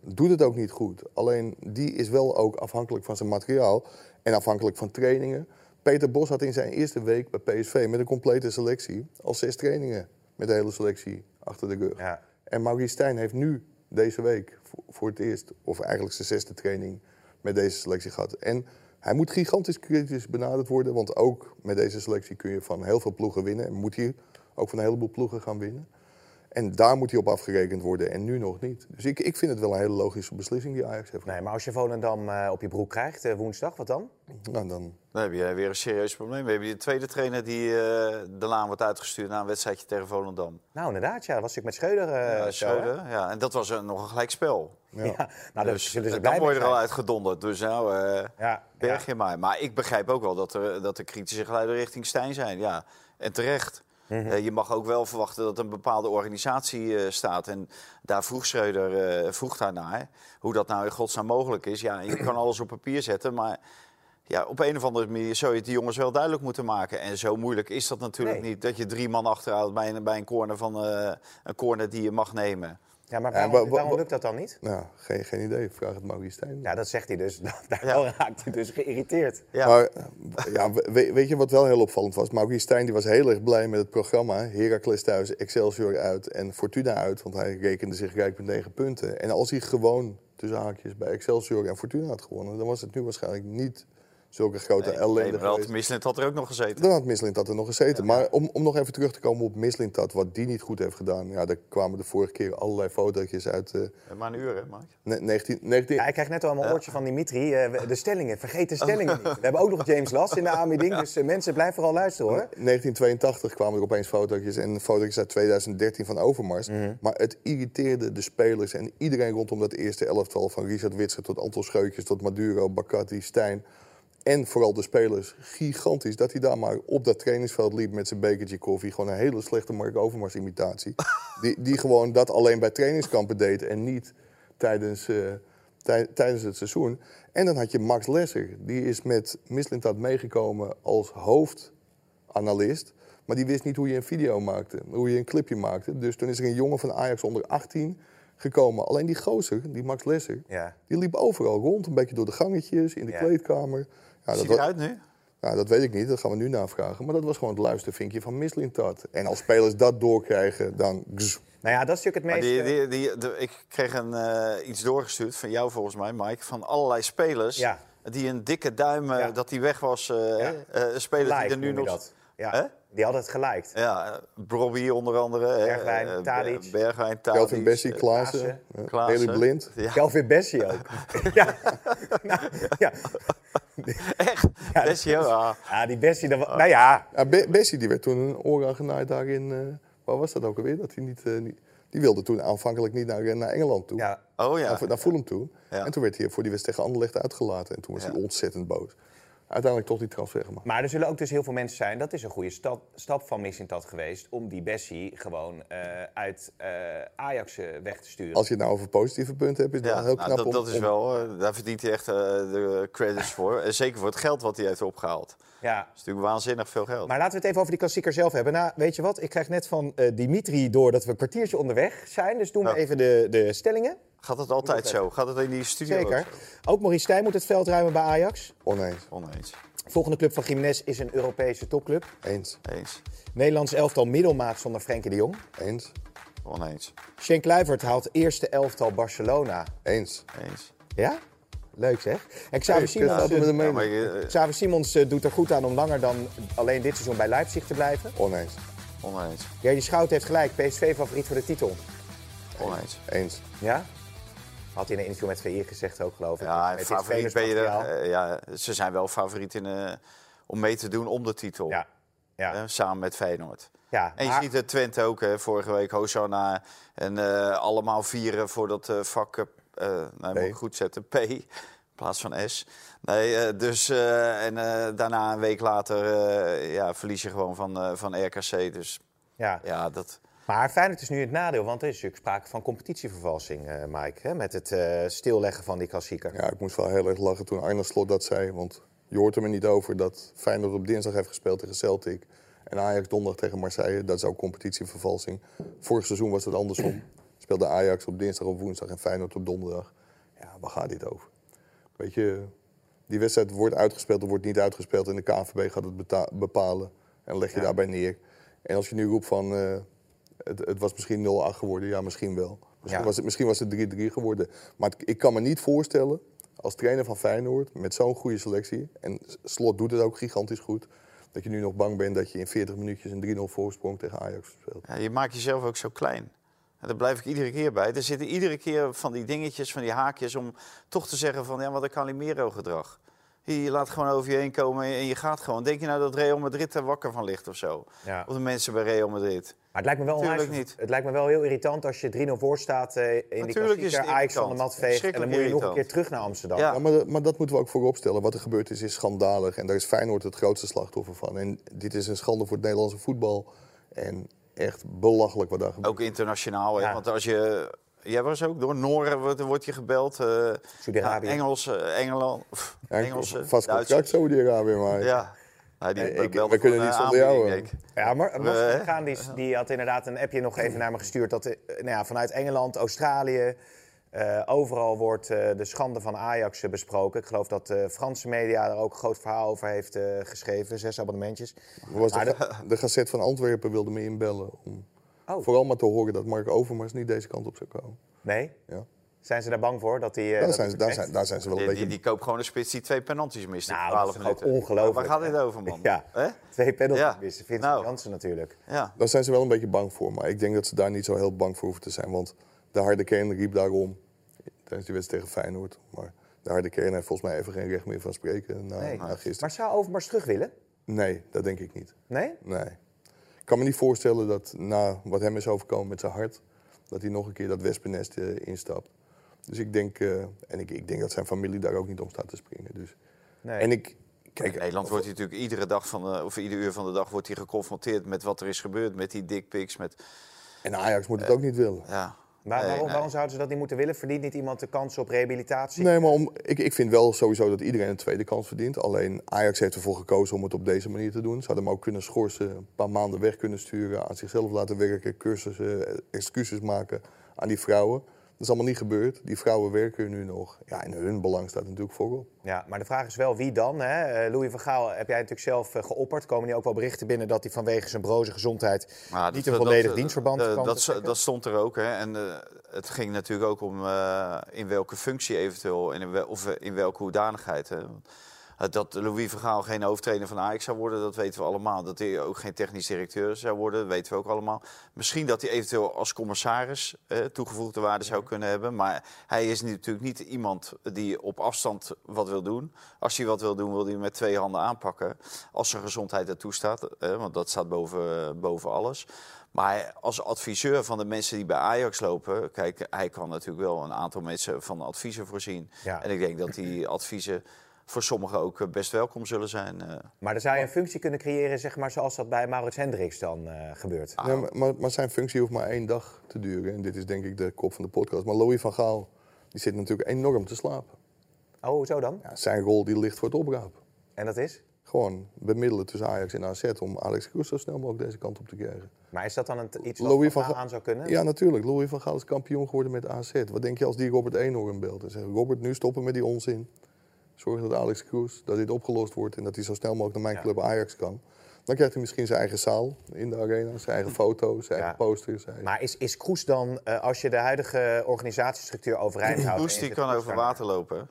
[SPEAKER 4] doet het ook niet goed. Alleen die is wel ook afhankelijk van zijn materiaal en afhankelijk van trainingen. Peter Bos had in zijn eerste week bij PSV met een complete selectie al zes trainingen met de hele selectie achter de rug.
[SPEAKER 3] Ja.
[SPEAKER 4] En Maurice Stijn heeft nu deze week voor, voor het eerst, of eigenlijk zijn zesde training met deze selectie gehad. En hij moet gigantisch kritisch benaderd worden, want ook met deze selectie kun je van heel veel ploegen winnen. En moet hij ook van een heleboel ploegen gaan winnen. En daar moet hij op afgerekend worden en nu nog niet. Dus ik, ik vind het wel een hele logische beslissing die Ajax heeft
[SPEAKER 3] Nee,
[SPEAKER 4] genomen.
[SPEAKER 3] maar als je Volendam eh, op je broek krijgt eh, woensdag, wat dan?
[SPEAKER 4] Nou, dan,
[SPEAKER 5] Dan heb je weer een serieus probleem. We hebben die tweede trainer die eh, de laan wordt uitgestuurd na een wedstrijdje tegen Volendam.
[SPEAKER 3] Nou, inderdaad, ja. Dat was natuurlijk met Schreuder. eh,
[SPEAKER 5] Ja,
[SPEAKER 3] zo, hè?
[SPEAKER 5] Schreuder, ja. En dat was een- nog een gelijkspel.
[SPEAKER 3] Ja. Nou, daar
[SPEAKER 5] Dus
[SPEAKER 3] zullen ze
[SPEAKER 5] dan
[SPEAKER 3] blij
[SPEAKER 5] word
[SPEAKER 3] mee
[SPEAKER 5] je er
[SPEAKER 3] zijn.
[SPEAKER 5] al uitgedonderd. Dus nou, eh,
[SPEAKER 3] Ja,
[SPEAKER 5] berg
[SPEAKER 3] ja.
[SPEAKER 5] je maar. Maar ik begrijp ook wel dat er, dat er kritische geluiden richting Stijn zijn. Ja. En terecht.
[SPEAKER 3] Mhm.
[SPEAKER 5] Eh, je mag ook wel verwachten dat een bepaalde organisatie eh, staat. En daar vroeg Schreuder eh, vroeg daarnaar hoe dat nou in godsnaam mogelijk is. Ja, je kan alles op papier zetten, maar ja, op een of andere manier zou je het die jongens wel duidelijk moeten maken. En zo moeilijk is dat natuurlijk
[SPEAKER 3] Nee.
[SPEAKER 5] niet. Dat je drie man achterhoudt bij een, bij een, corner, van, eh, een corner die je mag nemen.
[SPEAKER 3] Ja, maar
[SPEAKER 4] Ja,
[SPEAKER 3] waarom,
[SPEAKER 4] wa- wa-
[SPEAKER 3] waarom
[SPEAKER 4] wa-
[SPEAKER 3] lukt dat dan niet?
[SPEAKER 4] nou, geen, geen idee. Vraag het Maurice Stijn.
[SPEAKER 3] Ja, dat zegt hij dus. Daarom raakt hij dus geïrriteerd.
[SPEAKER 5] Ja.
[SPEAKER 4] Maar eh, ja, we- we- weet je wat wel heel opvallend was? Maurice Stijn die was heel erg blij met het programma. Heracles thuis, Excelsior uit en Fortuna uit. Want hij rekende zich rijk met negen punten. En als hij gewoon tussen haakjes bij Excelsior en Fortuna had gewonnen... dan was het nu waarschijnlijk niet zulke grote ellende
[SPEAKER 5] Nee, wel,
[SPEAKER 4] geweest.
[SPEAKER 5] tenminste, het had er ook nog gezeten.
[SPEAKER 4] Dan had Mislintat er nog gezeten. Maar om, om nog even terug te komen op Mislintat, wat die niet goed heeft gedaan. Ja, daar kwamen de vorige keer allerlei fotootjes uit eh,
[SPEAKER 5] Maar een uur, hè, Mike?
[SPEAKER 4] ne- 19... 19
[SPEAKER 3] Ja, ik krijg net al mijn oortje van Dimitri. eh, we- de stellingen, vergeet
[SPEAKER 5] Oh.
[SPEAKER 3] de stellingen niet. We hebben ook nog James Las in de aanbieding. Dus eh, mensen, blijf vooral luisteren hoor.
[SPEAKER 4] 1982 kwamen er opeens fotootjes en fotootjes uit 2013 van Overmars. Maar het irriteerde de spelers en iedereen rondom dat eerste elftal... van Richard Witser tot Anton Scheutjes tot Maduro, Bakati, Stijn... en vooral de spelers gigantisch dat hij daar maar op dat trainingsveld liep... met zijn bekertje koffie, gewoon een hele slechte Mark Overmars imitatie. die, die gewoon dat alleen bij trainingskampen deed en niet tijdens... eh, tij- tijdens het seizoen. En dan had je Max Lesser. Die is met Mislintat meegekomen als hoofdanalist. Maar die wist niet hoe je een video maakte, hoe je een clipje maakte. Dus toen is er een jongen van Ajax onder 18 gekomen. Alleen die gozer, die Max Lesser,
[SPEAKER 3] Ja.
[SPEAKER 4] die liep overal rond. Een beetje door de gangetjes, in de
[SPEAKER 3] Ja.
[SPEAKER 4] kleedkamer. Ja,
[SPEAKER 5] Ziet
[SPEAKER 4] wa-
[SPEAKER 5] eruit nu?
[SPEAKER 4] nou, dat weet ik niet, dat gaan we nu navragen. Maar dat was gewoon het luistervinkje van Mislintat. En als spelers dat doorkrijgen, dan... gzz.
[SPEAKER 3] Nou ja, dat is natuurlijk het meest...
[SPEAKER 5] Maar die,
[SPEAKER 3] eh,
[SPEAKER 5] die, die, de- ik kreeg een, eh, iets doorgestuurd van jou volgens mij, Mike, van allerlei spelers
[SPEAKER 3] Ja.
[SPEAKER 5] die een dikke duim eh,
[SPEAKER 3] Ja.
[SPEAKER 5] dat die weg was. eh eh, spelers die
[SPEAKER 3] like,
[SPEAKER 5] er nu
[SPEAKER 3] noem je
[SPEAKER 5] nog.
[SPEAKER 3] dat. Ja,
[SPEAKER 5] Hè?
[SPEAKER 3] Die hadden het geliked.
[SPEAKER 5] Ja, eh, Brobby onder andere. hè,
[SPEAKER 3] Bergwijn,
[SPEAKER 5] eh, Ber-
[SPEAKER 3] Tadic.
[SPEAKER 5] Bergwijn, Tadic.
[SPEAKER 4] Kelvin Bessie,
[SPEAKER 5] eh,
[SPEAKER 4] Klaassen,
[SPEAKER 3] Klaassen,
[SPEAKER 4] eh,
[SPEAKER 5] Klaassen.
[SPEAKER 4] Daley Blind.
[SPEAKER 5] Ja,
[SPEAKER 3] Kelvin Bessie ook. ja. Nou, ja.
[SPEAKER 5] echt.
[SPEAKER 3] Ja,
[SPEAKER 5] Bessie, ah, ja.
[SPEAKER 3] ja, die Bessie, dat wa-
[SPEAKER 5] Oh.
[SPEAKER 3] nou ja.
[SPEAKER 4] Ja, Be- Bessie die werd toen een oor aangenaaid daar in... eh, waar was dat ook alweer? Dat hij niet, eh, niet- die wilde toen aanvankelijk niet naar, naar Engeland toe.
[SPEAKER 3] ja.
[SPEAKER 5] Oh ja.
[SPEAKER 4] Naar, naar Fulham toe.
[SPEAKER 5] Ja.
[SPEAKER 4] En toen werd hij eh, voor die wedstrijd tegen Anderlecht uitgelaten. En toen was
[SPEAKER 5] Ja.
[SPEAKER 4] hij ontzettend boos. Uiteindelijk toch die transfer gemaakt.
[SPEAKER 3] Maar er zullen ook dus heel veel mensen zijn. Dat is een goede stap, stap van Missintat geweest. Om die Bessie gewoon eh, uit eh, Ajax eh, weg te sturen.
[SPEAKER 4] Als je het nou over positieve punten hebt, is dat
[SPEAKER 5] Ja,
[SPEAKER 4] heel
[SPEAKER 5] nou,
[SPEAKER 4] knap
[SPEAKER 5] dat,
[SPEAKER 4] om-
[SPEAKER 5] dat is
[SPEAKER 4] om-
[SPEAKER 5] wel, eh, daar verdient hij echt eh, de credits voor. En zeker voor het geld wat hij heeft opgehaald. Dat
[SPEAKER 3] Ja.
[SPEAKER 5] is natuurlijk waanzinnig veel geld.
[SPEAKER 3] Maar laten we het even over die klassieker zelf hebben. Nou, weet je wat? Ik krijg net van eh, Dimitri door dat we een kwartiertje onderweg zijn. Dus doen we
[SPEAKER 5] Ja.
[SPEAKER 3] even de, de stellingen.
[SPEAKER 5] Gaat het altijd zo? Gaat het in die studio
[SPEAKER 3] Zeker.
[SPEAKER 5] ook
[SPEAKER 3] Ook Maurice Stijn moet het veld ruimen bij Ajax.
[SPEAKER 4] Oneens.
[SPEAKER 5] zo? Oneens.
[SPEAKER 3] Volgende club van Gimenez is een Europese topclub.
[SPEAKER 4] Eens.
[SPEAKER 5] Eens.
[SPEAKER 3] Nederlands elftal middelmaat zonder Frenkie de Jong.
[SPEAKER 4] Eens.
[SPEAKER 5] Oneens.
[SPEAKER 3] Schenk Kluivert haalt eerste elftal Barcelona.
[SPEAKER 4] Eens.
[SPEAKER 5] Eens.
[SPEAKER 3] Ja? Leuk zeg. En Xavi
[SPEAKER 4] Hey, kut,
[SPEAKER 3] Simons,
[SPEAKER 4] dat
[SPEAKER 3] eh,
[SPEAKER 4] met een
[SPEAKER 5] Ja,
[SPEAKER 4] mening.
[SPEAKER 5] maar je- eh,
[SPEAKER 3] Xavi Simons eh, doet er goed aan om langer dan alleen dit seizoen bij Leipzig te blijven.
[SPEAKER 4] Oneens.
[SPEAKER 5] oneens.
[SPEAKER 3] Jerry Schout heeft gelijk. PSV favoriet voor de titel.
[SPEAKER 5] Oneens.
[SPEAKER 4] Eens.
[SPEAKER 3] Ja? Had hij in een interview met VI gezegd ook, geloof ik.
[SPEAKER 5] Ja,
[SPEAKER 3] Met
[SPEAKER 5] en
[SPEAKER 3] dit
[SPEAKER 5] favoriet ben je er,
[SPEAKER 3] trainersmateriaal.
[SPEAKER 5] eh, ja, ze zijn wel favoriet in, eh, om mee te doen om de titel.
[SPEAKER 3] Ja.
[SPEAKER 5] Hè,
[SPEAKER 3] Ja.
[SPEAKER 5] samen met Feyenoord.
[SPEAKER 3] ja.
[SPEAKER 5] En je
[SPEAKER 3] maar-
[SPEAKER 5] ziet het Twente ook, hè, vorige week Hosanna. En eh, allemaal vieren voor dat eh, vak, eh, eh, nee, moet ik goed zetten, P in plaats van S. Nee, eh, dus, eh, en eh, daarna een week later eh, ja, verlies je gewoon van, eh, van RKC. Dus
[SPEAKER 3] ja.
[SPEAKER 5] ja, dat...
[SPEAKER 3] Maar Feyenoord is nu in het nadeel, want er is natuurlijk sprake van competitievervalsing, eh, Mike. Hè? Met het eh, stilleggen van die klassieker.
[SPEAKER 4] Ja, ik moest wel heel erg lachen toen Arne Slot dat zei. Want je hoort er me niet over dat Feyenoord op dinsdag heeft gespeeld tegen Celtic. En Ajax donderdag tegen Marseille. Dat is ook competitievervalsing. Vorig seizoen was het andersom. Speelde Ajax op dinsdag of woensdag en Feyenoord op donderdag. Ja, waar gaat dit over? Weet je, die wedstrijd wordt uitgespeeld of wordt niet uitgespeeld. En de KNVB gaat het beta- bepalen. En leg je daarbij neer. En als je nu roept van, eh, het, het was misschien 0-8 geworden. Ja, misschien wel. Misschien,
[SPEAKER 3] Ja.
[SPEAKER 4] was, het, misschien was het 3-3 geworden. Maar het- ik kan me niet voorstellen, als trainer van Feyenoord... met zo'n goede selectie, en Slot doet het ook gigantisch goed... dat je nu nog bang bent dat je in 40 minuutjes een 3-0 voorsprong tegen Ajax speelt.
[SPEAKER 5] Ja, je maakt jezelf ook zo klein. En daar blijf ik iedere keer bij. Er zitten iedere keer van die dingetjes, van die haakjes... om toch te zeggen van, ja, wat een Calimero-gedrag. Je je laat gewoon over je heen komen en je gaat gewoon. Denk je nou dat Real Madrid er wakker van ligt of zo?
[SPEAKER 3] Ja.
[SPEAKER 5] Of de mensen bij Real Madrid?
[SPEAKER 3] Maar het lijkt me wel
[SPEAKER 5] Tuurlijk
[SPEAKER 3] onwijs-
[SPEAKER 5] niet.
[SPEAKER 3] Het lijkt me wel heel irritant als je 3-0 voor staat eh, in die
[SPEAKER 5] Natuurlijk is
[SPEAKER 3] klassieker.
[SPEAKER 5] het
[SPEAKER 3] Ajax van de
[SPEAKER 5] irritant.
[SPEAKER 3] mat veegt en dan
[SPEAKER 5] Verschrikkelijk
[SPEAKER 3] moet je nog een
[SPEAKER 5] irritant.
[SPEAKER 3] keer terug naar Amsterdam.
[SPEAKER 5] Ja.
[SPEAKER 4] Ja, maar, dat- maar dat moeten we ook vooropstellen. Wat er gebeurd is, is schandalig. En daar is Feyenoord het grootste slachtoffer van. En dit is een schande voor het Nederlandse voetbal. En echt belachelijk wat daar gebeurt.
[SPEAKER 5] Ook internationaal, hè?
[SPEAKER 3] Ja.
[SPEAKER 5] want als je... Jij was ook door Noren wordt, wordt je gebeld. eh,
[SPEAKER 3] Saudi-Arabië.
[SPEAKER 5] nou, Engelse, Engeland, pff,
[SPEAKER 4] Ja, een
[SPEAKER 5] Oh, Engelse,
[SPEAKER 4] vast contract
[SPEAKER 5] Duitsers.
[SPEAKER 4] Saudi-Arabië, maar...
[SPEAKER 5] Ja. Nou, die
[SPEAKER 4] Hey, ik-
[SPEAKER 5] belden
[SPEAKER 4] we kunnen
[SPEAKER 5] van,
[SPEAKER 4] niet
[SPEAKER 5] eh,
[SPEAKER 4] zonder jou,
[SPEAKER 5] aanbieding,
[SPEAKER 4] hoor.
[SPEAKER 5] denk ik.
[SPEAKER 3] Ja, maar Mas
[SPEAKER 5] We-
[SPEAKER 3] van Gaan die, die had inderdaad een appje nog even naar me gestuurd. Dat eh, nou ja, vanuit Engeland, Australië, eh, overal wordt eh, de schande van Ajax eh, besproken. Ik geloof dat de Franse media er ook een groot verhaal over heeft eh, geschreven. Zes abonnementjes.
[SPEAKER 4] Was
[SPEAKER 3] Maar
[SPEAKER 4] de, de Gazet van Antwerpen wilde me inbellen om
[SPEAKER 3] Oh.
[SPEAKER 4] vooral maar te horen dat Mark Overmars niet deze kant op zou komen.
[SPEAKER 3] Nee?
[SPEAKER 4] Ja.
[SPEAKER 3] Zijn ze daar bang voor? Dat die, eh,
[SPEAKER 4] Daar,
[SPEAKER 3] dat
[SPEAKER 4] zijn,
[SPEAKER 3] het
[SPEAKER 4] daar,
[SPEAKER 3] effect-
[SPEAKER 4] zijn, daar zijn ze wel een
[SPEAKER 5] Die, die,
[SPEAKER 4] beetje...
[SPEAKER 5] die koopt gewoon een spits die twee penalties mist in
[SPEAKER 3] Nou,
[SPEAKER 5] 12
[SPEAKER 3] dat is toch ook
[SPEAKER 5] minuten.
[SPEAKER 3] ongelooflijk,
[SPEAKER 5] Waar gaat dit
[SPEAKER 3] hè?
[SPEAKER 5] over, man?
[SPEAKER 3] Ja,
[SPEAKER 5] Hè?
[SPEAKER 3] twee penalties
[SPEAKER 5] Ja.
[SPEAKER 3] missen. Vincent
[SPEAKER 5] Nou.
[SPEAKER 3] Jansen natuurlijk.
[SPEAKER 5] ja.
[SPEAKER 4] Daar zijn ze wel een beetje bang voor, maar ik denk dat ze daar niet zo heel bang voor hoeven te zijn. Want de harde kern riep daarom tijdens die wedstrijd tegen Feyenoord. Maar de harde kern heeft volgens mij even geen recht meer van spreken na,
[SPEAKER 3] Nee.
[SPEAKER 4] na
[SPEAKER 5] nou,
[SPEAKER 4] gisteren.
[SPEAKER 3] Maar zou Overmars terug willen?
[SPEAKER 4] Nee, dat denk ik niet.
[SPEAKER 3] Nee?
[SPEAKER 4] Nee. Ik kan me niet voorstellen dat na wat hem is overkomen met zijn hart... dat hij nog een keer dat wespennest eh, instapt. Dus ik denk, eh, en ik, ik denk dat zijn familie daar ook niet om staat te springen. Dus.
[SPEAKER 3] Nee.
[SPEAKER 4] En ik,
[SPEAKER 5] In
[SPEAKER 4] kijk,
[SPEAKER 5] Nederland wordt hij natuurlijk iedere dag van de, of ieder uur van de dag wordt hij geconfronteerd met wat er is gebeurd, met die dickpics, met
[SPEAKER 4] en Ajax moet
[SPEAKER 3] Eh,
[SPEAKER 4] het ook niet willen.
[SPEAKER 5] ja.
[SPEAKER 3] Maar
[SPEAKER 5] Nee,
[SPEAKER 3] waarom,
[SPEAKER 5] nee.
[SPEAKER 3] waarom zouden ze dat niet moeten willen? Verdient niet iemand de kans op rehabilitatie?
[SPEAKER 4] Nee, maar om, ik, ik vind wel sowieso dat iedereen een tweede kans verdient. Alleen Ajax heeft ervoor gekozen om het op deze manier te doen. Ze hadden hem ook kunnen schorsen, een paar maanden weg kunnen sturen... aan zichzelf laten werken, cursussen, eh, excuses maken aan die vrouwen. Dat is allemaal niet gebeurd. Die vrouwen werken nu nog. Ja, en hun belang staat natuurlijk voorop.
[SPEAKER 3] Ja, maar de vraag is wel wie dan? Hè? Eh, Louis van Gaal heb jij natuurlijk zelf eh, geopperd. Komen nu ook wel berichten binnen dat hij vanwege zijn broze gezondheid
[SPEAKER 5] Maar
[SPEAKER 3] niet
[SPEAKER 5] dat-
[SPEAKER 3] een volledig
[SPEAKER 5] dat-
[SPEAKER 3] dienstverband
[SPEAKER 5] eh,
[SPEAKER 3] kan
[SPEAKER 5] dat,
[SPEAKER 3] vertrekken?
[SPEAKER 5] dat stond er ook. Hè. En eh, het ging natuurlijk ook om eh, in welke functie eventueel en in wel- of eh, in welke hoedanigheid. Hè. Eh, Dat Louis Vergaal geen hoofdtrainer van Ajax zou worden, dat weten we allemaal. Dat hij ook geen technisch directeur zou worden, dat weten we ook allemaal. Misschien dat hij eventueel als commissaris eh, toegevoegde waarde zou kunnen hebben. Maar hij is nu natuurlijk niet iemand die op afstand wat wil doen. Als hij wat wil doen, wil hij met twee handen aanpakken. Als zijn gezondheid dat toestaat, eh, want dat staat boven, eh, boven alles. Maar als adviseur van de mensen die bij Ajax lopen, kijk, hij kan natuurlijk wel een aantal mensen van adviezen voorzien.
[SPEAKER 3] Ja.
[SPEAKER 5] En ik denk dat die adviezen voor sommigen ook eh, best welkom zullen zijn. eh.
[SPEAKER 3] Maar dan zou je een functie kunnen creëren, zeg maar, zoals dat bij Maurits Hendricks dan eh, gebeurt.
[SPEAKER 5] Ah.
[SPEAKER 4] Ja, maar- maar, maar zijn functie hoeft maar één dag te duren. En dit is denk ik de kop van de podcast. Maar Louis van Gaal die zit natuurlijk enorm te slapen.
[SPEAKER 3] Oh, hoezo dan?
[SPEAKER 4] Ja, zijn rol die ligt voor het oprapen.
[SPEAKER 3] En dat is?
[SPEAKER 4] Gewoon bemiddelen tussen Ajax en AZ om Alex Kroes zo snel mogelijk deze kant op te krijgen.
[SPEAKER 3] Maar is dat dan een, iets wat
[SPEAKER 4] Louis
[SPEAKER 3] van
[SPEAKER 4] van
[SPEAKER 3] Gaal
[SPEAKER 4] Ga-
[SPEAKER 3] aan zou kunnen?
[SPEAKER 4] Ja, natuurlijk. Louis van Gaal is kampioen geworden met AZ. Wat denk je als die Robert Eenhoorn belt en zegt... Robert, nu stoppen met die onzin. Zorg dat Alex Kroes, dat dit opgelost wordt... en dat hij zo snel mogelijk naar mijn club Ajax kan. Dan krijgt hij misschien zijn eigen zaal in de arena, zijn eigen foto's, zijn
[SPEAKER 3] Ja.
[SPEAKER 4] eigen posters. Zijn...
[SPEAKER 3] Maar is, is Kroes dan, eh, als je de huidige organisatiestructuur overeind houdt...
[SPEAKER 5] Kroes
[SPEAKER 3] en
[SPEAKER 5] die
[SPEAKER 3] je
[SPEAKER 5] kan
[SPEAKER 3] zet Kroes
[SPEAKER 5] over
[SPEAKER 3] daar-
[SPEAKER 5] water lopen. hè?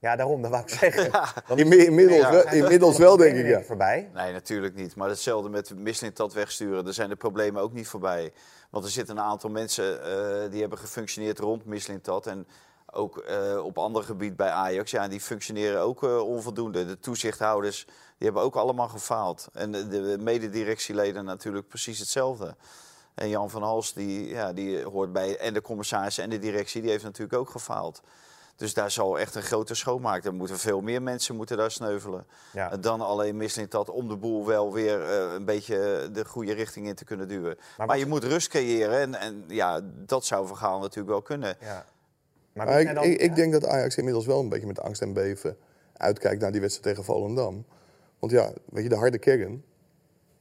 [SPEAKER 3] Ja, daarom, dat wou ik zeggen. Dan
[SPEAKER 4] Inmi- inmiddels,
[SPEAKER 5] Ja.
[SPEAKER 4] wel, inmiddels wel, denk ik, ja.
[SPEAKER 3] Voorbij.
[SPEAKER 5] Nee, natuurlijk niet. Maar hetzelfde met Mislintat wegsturen. Daar zijn de problemen ook niet voorbij. Want er zitten een aantal mensen eh, die hebben gefunctioneerd rond Mislintat. En ook eh, op ander gebied bij Ajax. Ja, die functioneren ook eh, onvoldoende. De toezichthouders die hebben ook allemaal gefaald. En de, de mededirectieleden natuurlijk precies hetzelfde. En Jan van Hals, die, ja, die hoort bij en de commissaris en de directie, die heeft natuurlijk ook gefaald. Dus daar zal echt een grote schoonmaak. Er moeten veel meer mensen moeten daar sneuvelen.
[SPEAKER 3] Ja.
[SPEAKER 5] En Dan alleen mislinkt dat om de boel wel weer eh, een beetje de goede richting in te kunnen duwen. Maar,
[SPEAKER 3] wat-
[SPEAKER 5] je moet rust creëren. En, en ja, dat zou van Gaal natuurlijk wel kunnen.
[SPEAKER 3] Ja. Maar wie
[SPEAKER 4] Maar ik,
[SPEAKER 3] zijn dan-
[SPEAKER 4] ik, ik denk dat Ajax inmiddels wel een beetje met angst en beven uitkijkt naar die wedstrijd tegen Volendam. Want ja, weet je, de harde kern,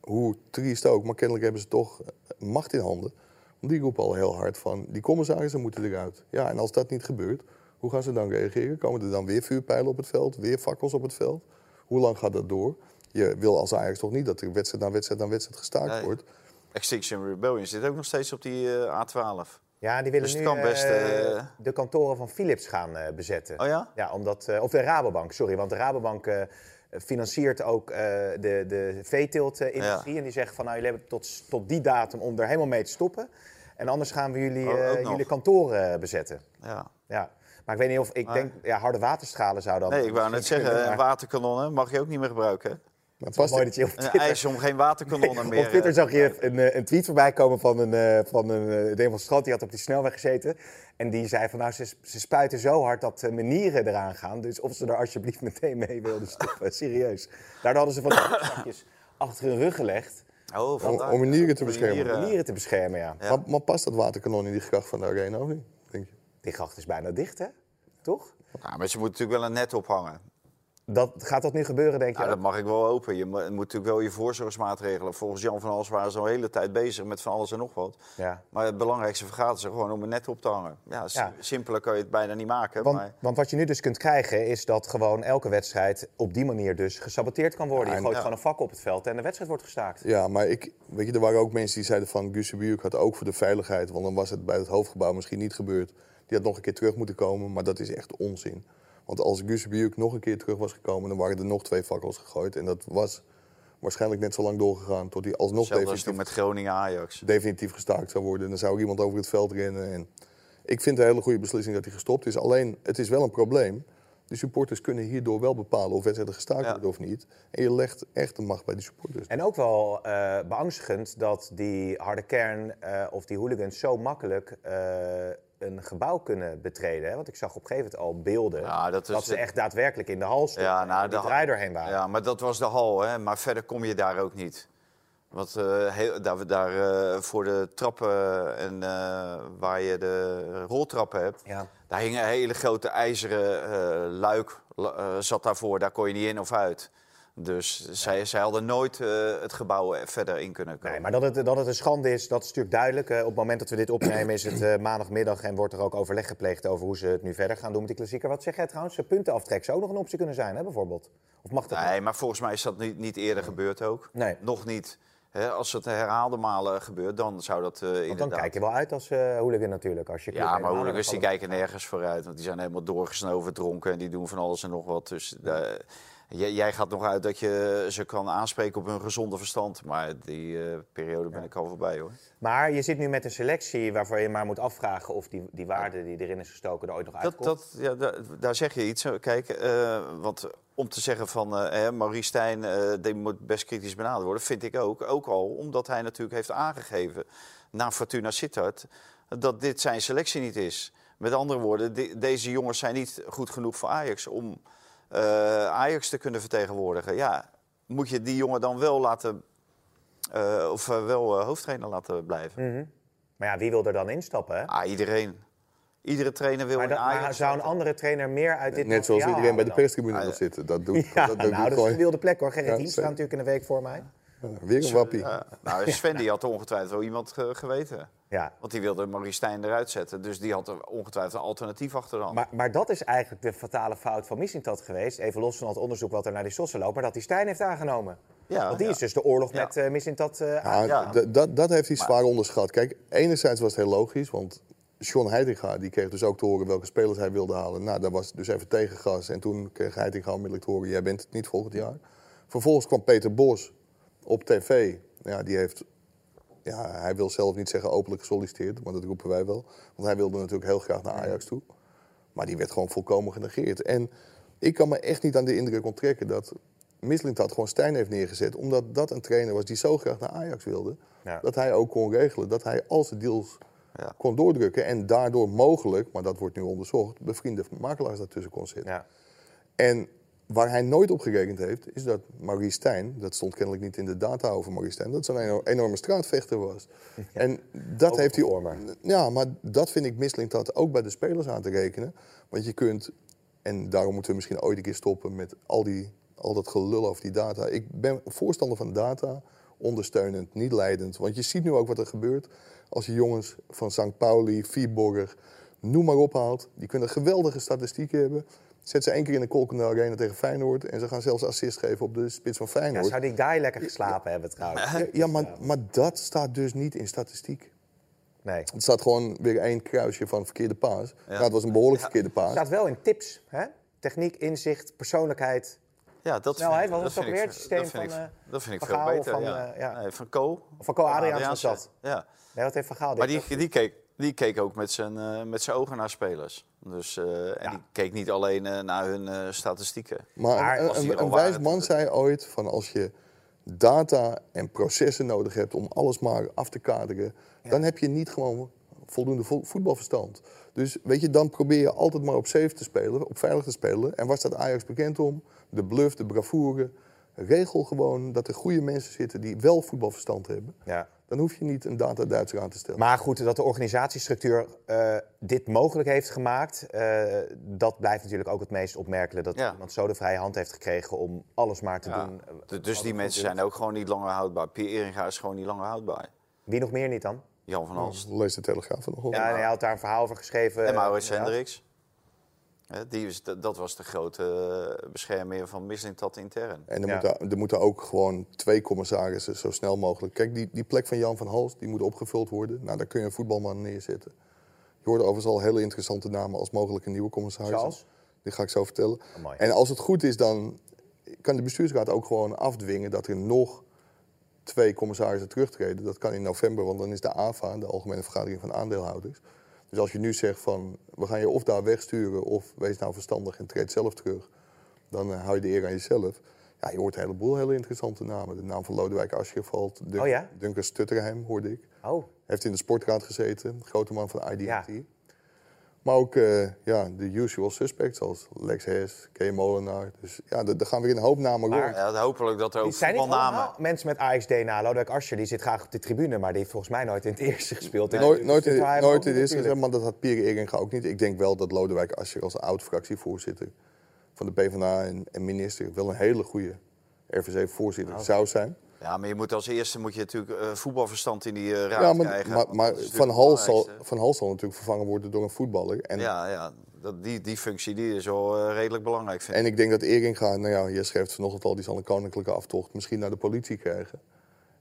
[SPEAKER 4] hoe triest ook, maar kennelijk hebben ze toch eh, macht in handen. Want die roepen al heel hard van, die commissarissen moeten eruit. Ja, en als dat niet gebeurt, hoe gaan ze dan reageren? Komen er dan weer vuurpijlen op het veld, weer fakkels op het veld? Hoe lang gaat dat door? Je wil als Ajax toch niet dat er wedstrijd na wedstrijd na wedstrijd gestaakt
[SPEAKER 5] Nee.
[SPEAKER 4] wordt?
[SPEAKER 5] Eh, Extinction Rebellion zit ook nog steeds op die eh, A12.
[SPEAKER 3] Ja, die willen
[SPEAKER 5] Dus het
[SPEAKER 3] nu
[SPEAKER 5] kan best,
[SPEAKER 3] eh,
[SPEAKER 5] eh,
[SPEAKER 3] de kantoren van Philips gaan eh, bezetten.
[SPEAKER 5] Oh ja?
[SPEAKER 3] Ja, omdat, eh, of de Rabobank, sorry. Want de Rabobank eh, financiert ook eh, de, de veeteelt-industrie. En die zeggen van, nou, jullie hebben tot, tot die datum om er helemaal mee te stoppen. En anders gaan we jullie,
[SPEAKER 5] Oh, ook
[SPEAKER 3] eh,
[SPEAKER 5] nog.
[SPEAKER 3] jullie kantoren eh, bezetten.
[SPEAKER 5] Ja.
[SPEAKER 3] Ja. Maar ik weet niet of, ik denk, ja, harde waterstralen zou dan...
[SPEAKER 5] Nee, ik wou net
[SPEAKER 3] misschien
[SPEAKER 5] zeggen, eh,
[SPEAKER 3] kunnen, maar
[SPEAKER 5] waterkanonnen mag je ook niet meer gebruiken.
[SPEAKER 4] Maar
[SPEAKER 3] het is
[SPEAKER 4] past
[SPEAKER 3] wel Mooi dat je op
[SPEAKER 5] Een
[SPEAKER 3] Twitter,
[SPEAKER 5] ijs om geen waterkanonnen meer.
[SPEAKER 3] op Twitter
[SPEAKER 5] eh,
[SPEAKER 3] zag je een, eh, een tweet voorbij komen van een, eh, van een eh, demonstrant. Die had op die snelweg gezeten. En die zei van nou, ze, ze spuiten zo hard dat eh, menieren eraan gaan. Dus of ze er alsjeblieft meteen mee wilden stoppen. Serieus. Daardoor hadden ze van die zakjes achter hun rug gelegd.
[SPEAKER 5] Oh, vandaar.
[SPEAKER 4] om manieren te beschermen.
[SPEAKER 5] manieren.
[SPEAKER 3] Menieren te beschermen, ja.
[SPEAKER 4] Maar, maar past dat waterkanon in die gracht van de arena of niet? Denk je?
[SPEAKER 3] Die gracht is bijna dicht, hè? Toch?
[SPEAKER 5] Ja, maar ze moeten natuurlijk wel een net ophangen.
[SPEAKER 3] Dat, gaat dat nu gebeuren, denk je?
[SPEAKER 5] Ja, dat mag ik wel hopen. Je mo- moet natuurlijk wel je voorzorgsmaatregelen. Volgens Jan van Hals waren ze al de hele tijd bezig met van alles en nog wat.
[SPEAKER 3] Ja.
[SPEAKER 5] Maar het belangrijkste vergaat ze gewoon om een net op te hangen. Ja, si-
[SPEAKER 3] Ja.
[SPEAKER 5] simpeler kan je het bijna niet maken.
[SPEAKER 3] Want,
[SPEAKER 5] maar
[SPEAKER 3] want wat je nu dus kunt krijgen is dat gewoon elke wedstrijd op die manier dus gesaboteerd kan worden. Je
[SPEAKER 4] Ja,
[SPEAKER 3] gooit
[SPEAKER 4] ja.
[SPEAKER 3] gewoon een vak op het veld en de wedstrijd wordt gestaakt.
[SPEAKER 4] Ja, maar ik, weet je, er waren ook mensen die zeiden van Gusebuurk had ook voor de veiligheid, want dan was het bij het hoofdgebouw misschien niet gebeurd. Die had nog een keer terug moeten komen, maar dat is echt onzin. Want als Gusebuurk nog een keer terug was gekomen, dan waren er nog twee fakkels gegooid. En dat was waarschijnlijk net zo lang doorgegaan tot hij alsnog
[SPEAKER 5] hetzelfde als toen
[SPEAKER 4] definitief,
[SPEAKER 5] met Groningen-Ajax.
[SPEAKER 4] definitief gestaakt zou worden. En dan zou er iemand over het veld rennen. En ik vind het een hele goede beslissing dat hij gestopt is. Alleen, het is wel een probleem. De supporters kunnen hierdoor wel bepalen of wedstrijden gestaakt
[SPEAKER 5] Ja.
[SPEAKER 4] worden of niet. En je legt echt de macht bij die supporters.
[SPEAKER 3] En ook wel eh, beangstigend dat die harde kern eh, of die hooligans zo makkelijk eh, een gebouw kunnen betreden. Hè? Want ik zag op een gegeven moment al beelden
[SPEAKER 5] Ja, dat is
[SPEAKER 3] ze
[SPEAKER 5] het-
[SPEAKER 3] echt daadwerkelijk in de hal stonden
[SPEAKER 5] Ja, nou,
[SPEAKER 3] en die
[SPEAKER 5] de-
[SPEAKER 3] draai doorheen waren.
[SPEAKER 5] Ja, maar dat was de hal, hè? maar verder kom je daar ook niet. Want eh, heel, daar, daar eh, voor de trappen en eh, waar je de roltrappen hebt,
[SPEAKER 3] Ja.
[SPEAKER 5] daar hing een hele grote ijzeren eh, luik, la- eh, zat daarvoor, daar kon je niet in of uit. Dus zij, zij hadden nooit eh, het gebouw verder in kunnen komen.
[SPEAKER 3] Nee, maar dat het, dat het een schande is, dat is natuurlijk duidelijk. Eh, op het moment dat we dit opnemen is het eh, maandagmiddag en wordt er ook overleg gepleegd over hoe ze het nu verder gaan doen met die klassieker. Wat zeg jij trouwens? Puntenaftrek zou ook nog een optie kunnen zijn, hè, bijvoorbeeld? Of mag dat niet?
[SPEAKER 5] Nee, maar volgens mij is dat niet, niet eerder gebeurd ook.
[SPEAKER 3] Nee.
[SPEAKER 5] Nog niet. Hè, als het herhaalde malen gebeurt, dan zou dat eh
[SPEAKER 3] Want
[SPEAKER 5] inderdaad...
[SPEAKER 3] dan kijk je wel uit als eh hooligan natuurlijk. Als je club
[SPEAKER 5] Ja, maar
[SPEAKER 3] helemaal
[SPEAKER 5] hooligans die
[SPEAKER 3] aangevallen
[SPEAKER 5] kijken nergens vooruit. Want die zijn helemaal doorgesnoven, dronken en die doen van alles en nog wat. Dus eh, jij, jij gaat nog uit dat je ze kan aanspreken op hun gezonde verstand. Maar die eh, periode ben ik al voorbij hoor.
[SPEAKER 3] Maar je zit nu met een selectie waarvan je maar moet afvragen of die, die waarde die erin is gestoken er ooit nog
[SPEAKER 5] Dat,
[SPEAKER 3] uitkomt.
[SPEAKER 5] dat, ja, da- daar zeg je iets. Kijk, eh, want om te zeggen van eh, hè, Maurice Stijn, eh, die moet best kritisch benaderd worden, vind ik ook. Ook al omdat hij natuurlijk heeft aangegeven naar Fortuna Sittard dat dit zijn selectie niet is. Met andere woorden, de- deze jongens zijn niet goed genoeg voor Ajax om eh, Ajax te kunnen vertegenwoordigen. Ja, moet je die jongen dan wel laten, eh, of eh, wel eh, hoofdtrainer laten blijven?
[SPEAKER 3] Mm. Maar ja, wie wil er dan instappen? Hè?
[SPEAKER 5] Ah, iedereen. Iedere trainer wil
[SPEAKER 3] maar,
[SPEAKER 5] in
[SPEAKER 3] dat, maar
[SPEAKER 5] Ajax.
[SPEAKER 3] zou een andere trainer meer uit dit
[SPEAKER 4] Net zoals
[SPEAKER 3] materiaal
[SPEAKER 4] iedereen bij de
[SPEAKER 3] halen
[SPEAKER 4] perstribune wil zitten. Dat
[SPEAKER 3] dan?
[SPEAKER 4] doet,
[SPEAKER 3] Ah, Ja,
[SPEAKER 4] dat,
[SPEAKER 3] nou,
[SPEAKER 4] dat doet
[SPEAKER 3] dat is een
[SPEAKER 4] gewoon-
[SPEAKER 3] wilde plek hoor. Gerrit
[SPEAKER 4] Ja,
[SPEAKER 3] ja, staat
[SPEAKER 4] zeker.
[SPEAKER 3] natuurlijk in de week voor mij.
[SPEAKER 4] weer een wappie.
[SPEAKER 5] Ja. Nou, Sven die had ongetwijfeld wel iemand eh, geweten.
[SPEAKER 3] Ja.
[SPEAKER 5] Want die wilde Maurice Stijn eruit zetten. Dus die had er ongetwijfeld een alternatief achter de hand.
[SPEAKER 3] Maar, maar dat is eigenlijk de fatale fout van Missintat geweest. Even los van het onderzoek wat er naar die sossen loopt. Maar dat hij Stijn heeft aangenomen.
[SPEAKER 5] Ja,
[SPEAKER 3] Want die
[SPEAKER 5] ja.
[SPEAKER 3] is dus de oorlog
[SPEAKER 5] Ja.
[SPEAKER 3] met eh Mislintat eh, aan.
[SPEAKER 4] Ja,
[SPEAKER 5] Ja.
[SPEAKER 4] d- Dat, dat heeft hij zwaar onderschat. Kijk, enerzijds was het heel logisch, want Sean Heitinga die kreeg dus ook te horen welke spelers hij wilde halen. Nou, daar was dus even tegengas. En toen kreeg Heitinga onmiddellijk te horen, jij bent het niet volgend jaar. Vervolgens kwam Peter Bos op tv. Ja, die heeft, ja, hij wil zelf niet zeggen openlijk gesolliciteerd, maar dat roepen wij wel. Want hij wilde natuurlijk heel graag naar Ajax toe. Maar die werd gewoon volkomen genegeerd. En ik kan me echt niet aan de indruk onttrekken dat Mislintat gewoon Stijn heeft neergezet. Omdat dat een trainer was die zo graag naar Ajax wilde.
[SPEAKER 3] Ja.
[SPEAKER 4] Dat hij ook kon regelen. Dat hij al zijn deals
[SPEAKER 5] Ja.
[SPEAKER 4] kon doordrukken. En daardoor mogelijk, maar dat wordt nu onderzocht, bevriende makelaars daartussen kon zitten.
[SPEAKER 3] Ja.
[SPEAKER 4] En waar hij nooit op gerekend heeft, is dat Maurice Stijn, dat stond kennelijk niet in de data over Maurice Stijn, dat zo'n eno- enorme straatvechter was. En dat
[SPEAKER 3] Ook
[SPEAKER 4] heeft hij.
[SPEAKER 3] performer.
[SPEAKER 4] Ja, maar dat vind ik misling dat ook bij de spelers aan te rekenen. Want je kunt, en daarom moeten we misschien ooit een keer stoppen met al, die, al dat gelul over die data. Ik ben voorstander van data, ondersteunend, niet leidend. Want je ziet nu ook wat er gebeurt als je jongens van St. Pauli, Viborg, noem maar op haalt. Die kunnen geweldige statistieken hebben. Zet ze één keer in de Kolkende Arena tegen Feyenoord en ze gaan zelfs assist geven op de spits van
[SPEAKER 3] Ja,
[SPEAKER 4] Feyenoord.
[SPEAKER 3] zou die daar lekker geslapen hebben trouwens?
[SPEAKER 4] Ja, ja, maar, maar dat staat dus niet in statistiek.
[SPEAKER 3] Nee.
[SPEAKER 4] Er staat gewoon weer één kruisje van verkeerde paas. Nou, het was een behoorlijk verkeerde paas.
[SPEAKER 3] staat wel in tips, hè? Techniek, inzicht, persoonlijkheid.
[SPEAKER 5] Ja, dat
[SPEAKER 3] Snelheid,
[SPEAKER 5] vind ik-
[SPEAKER 3] want dat is ook
[SPEAKER 5] vind
[SPEAKER 3] weer
[SPEAKER 5] ik-
[SPEAKER 3] het systeem
[SPEAKER 5] dat vind ik-
[SPEAKER 3] van, eh,
[SPEAKER 5] Dat vind ik
[SPEAKER 3] van
[SPEAKER 5] veel
[SPEAKER 3] Gaal of
[SPEAKER 5] beter,
[SPEAKER 3] van,
[SPEAKER 5] ja.
[SPEAKER 3] eh, ja.
[SPEAKER 5] Nee, Van Co.
[SPEAKER 3] Van Co Adriaans was
[SPEAKER 5] Adriaans,
[SPEAKER 3] dat.
[SPEAKER 5] Ja.
[SPEAKER 3] Nee, wat heeft Van Gaal
[SPEAKER 5] Maar
[SPEAKER 3] dit?
[SPEAKER 5] die, die, keek, die keek ook met zijn, eh, met zijn ogen naar spelers. Dus, eh, en die keek niet alleen eh, naar hun eh, statistieken.
[SPEAKER 4] Maar
[SPEAKER 5] als
[SPEAKER 4] een,
[SPEAKER 5] die er
[SPEAKER 4] een,
[SPEAKER 5] al
[SPEAKER 4] een
[SPEAKER 5] waren,
[SPEAKER 4] wijs man
[SPEAKER 5] dat-
[SPEAKER 4] zei ooit van als je data en processen nodig hebt om alles maar af te kaderen, dan heb je niet gewoon voldoende vo- voetbalverstand. Dus weet je, dan probeer je altijd maar op safe te spelen, op veilig te spelen. En waar staat Ajax bekend om? De bluff, de bravoure. Regel gewoon dat er goede mensen zitten die wel voetbalverstand hebben.
[SPEAKER 3] Ja.
[SPEAKER 4] Dan hoef je niet een data-Duitser aan te stellen.
[SPEAKER 3] Maar goed, dat de organisatiestructuur eh, dit mogelijk heeft gemaakt, eh, dat blijft natuurlijk ook het meest opmerkelijk. Dat
[SPEAKER 5] Ja.
[SPEAKER 3] iemand zo de vrije hand heeft gekregen om alles maar te
[SPEAKER 5] Ja.
[SPEAKER 3] doen. eh,
[SPEAKER 5] D- Dus die mensen zijn ook gewoon niet langer houdbaar. Pierre Eringa is gewoon niet langer houdbaar.
[SPEAKER 3] Wie nog meer niet dan?
[SPEAKER 5] Jan van Hals.
[SPEAKER 4] Lees de Telegraaf vanochtend.
[SPEAKER 3] Ja, hij had daar een verhaal over geschreven.
[SPEAKER 5] En
[SPEAKER 3] eh,
[SPEAKER 5] Maurits
[SPEAKER 3] inderdaad.
[SPEAKER 5] Hendricks. Hè, die is, dat, dat was de grote eh, beschermer van Mislintat intern.
[SPEAKER 4] En er,
[SPEAKER 3] Ja.
[SPEAKER 4] moeten, er moeten ook gewoon twee commissarissen zo snel mogelijk. Kijk, die, die plek van Jan van Hals die moet opgevuld worden. Nou, daar kun je een voetbalman neerzetten. Je hoorde overigens al hele interessante namen als mogelijke nieuwe commissarissen.
[SPEAKER 3] Zoals?
[SPEAKER 4] Die ga ik zo vertellen.
[SPEAKER 3] Amai.
[SPEAKER 4] En als het goed is, dan kan de bestuursraad ook gewoon afdwingen dat er nog twee commissarissen terugtreden. Dat kan in november, want dan is de AVA, de Algemene Vergadering van Aandeelhouders. Dus als je nu zegt van, we gaan je of daar wegsturen... of wees nou verstandig en treed zelf terug, dan eh, hou je de eer aan jezelf. Ja, je hoort een heleboel hele interessante namen. De naam van Lodewijk Asscher valt, Dun-
[SPEAKER 3] Oh ja?
[SPEAKER 4] Duncan Stutterheim hoorde ik.
[SPEAKER 3] Oh,
[SPEAKER 4] Heeft in de sportraad gezeten, grote man van IDT.
[SPEAKER 3] Ja.
[SPEAKER 4] Maar ook eh, ja, de usual suspects als Lex Hess, Kay Molenaar. Dus ja, er er gaan weer een hoop namen rond.
[SPEAKER 5] Ja, hopelijk dat er ook
[SPEAKER 3] zijn niet
[SPEAKER 5] voetbalnamen...
[SPEAKER 3] allemaal mensen met AXD-na. Lodewijk Asscher, die zit graag op de tribune, maar die heeft volgens mij nooit in het eerste gespeeld. En
[SPEAKER 4] Nooit, nooit,
[SPEAKER 3] dat
[SPEAKER 4] in,
[SPEAKER 3] vindt hij
[SPEAKER 4] nooit
[SPEAKER 3] ook
[SPEAKER 4] in de
[SPEAKER 3] niet
[SPEAKER 4] eerste gezet,
[SPEAKER 3] natuurlijk.
[SPEAKER 4] maar dat had Pierre Eringa ook niet. Ik denk wel dat Lodewijk Asscher als oud-fractievoorzitter van de PvdA en, en minister... wel een hele goede RVC-voorzitter
[SPEAKER 5] Nou,
[SPEAKER 4] zou zijn.
[SPEAKER 5] Ja, maar je moet als eerste moet je natuurlijk eh, voetbalverstand in die eh, raad
[SPEAKER 4] Ja, maar,
[SPEAKER 5] krijgen.
[SPEAKER 4] maar,
[SPEAKER 5] want
[SPEAKER 4] maar
[SPEAKER 5] dat is
[SPEAKER 4] van,
[SPEAKER 5] natuurlijk
[SPEAKER 4] Hals
[SPEAKER 5] het
[SPEAKER 4] zal,
[SPEAKER 5] belangrijkste.
[SPEAKER 4] van Hals zal natuurlijk vervangen worden door een voetballer. En,
[SPEAKER 5] Ja, ja dat, die, die functie die is wel eh, redelijk belangrijk, vind ik.
[SPEAKER 4] en ik denk dat Eringa, nou ja, je schrijft vanochtend al... die zal een koninklijke aftocht misschien naar de politie krijgen.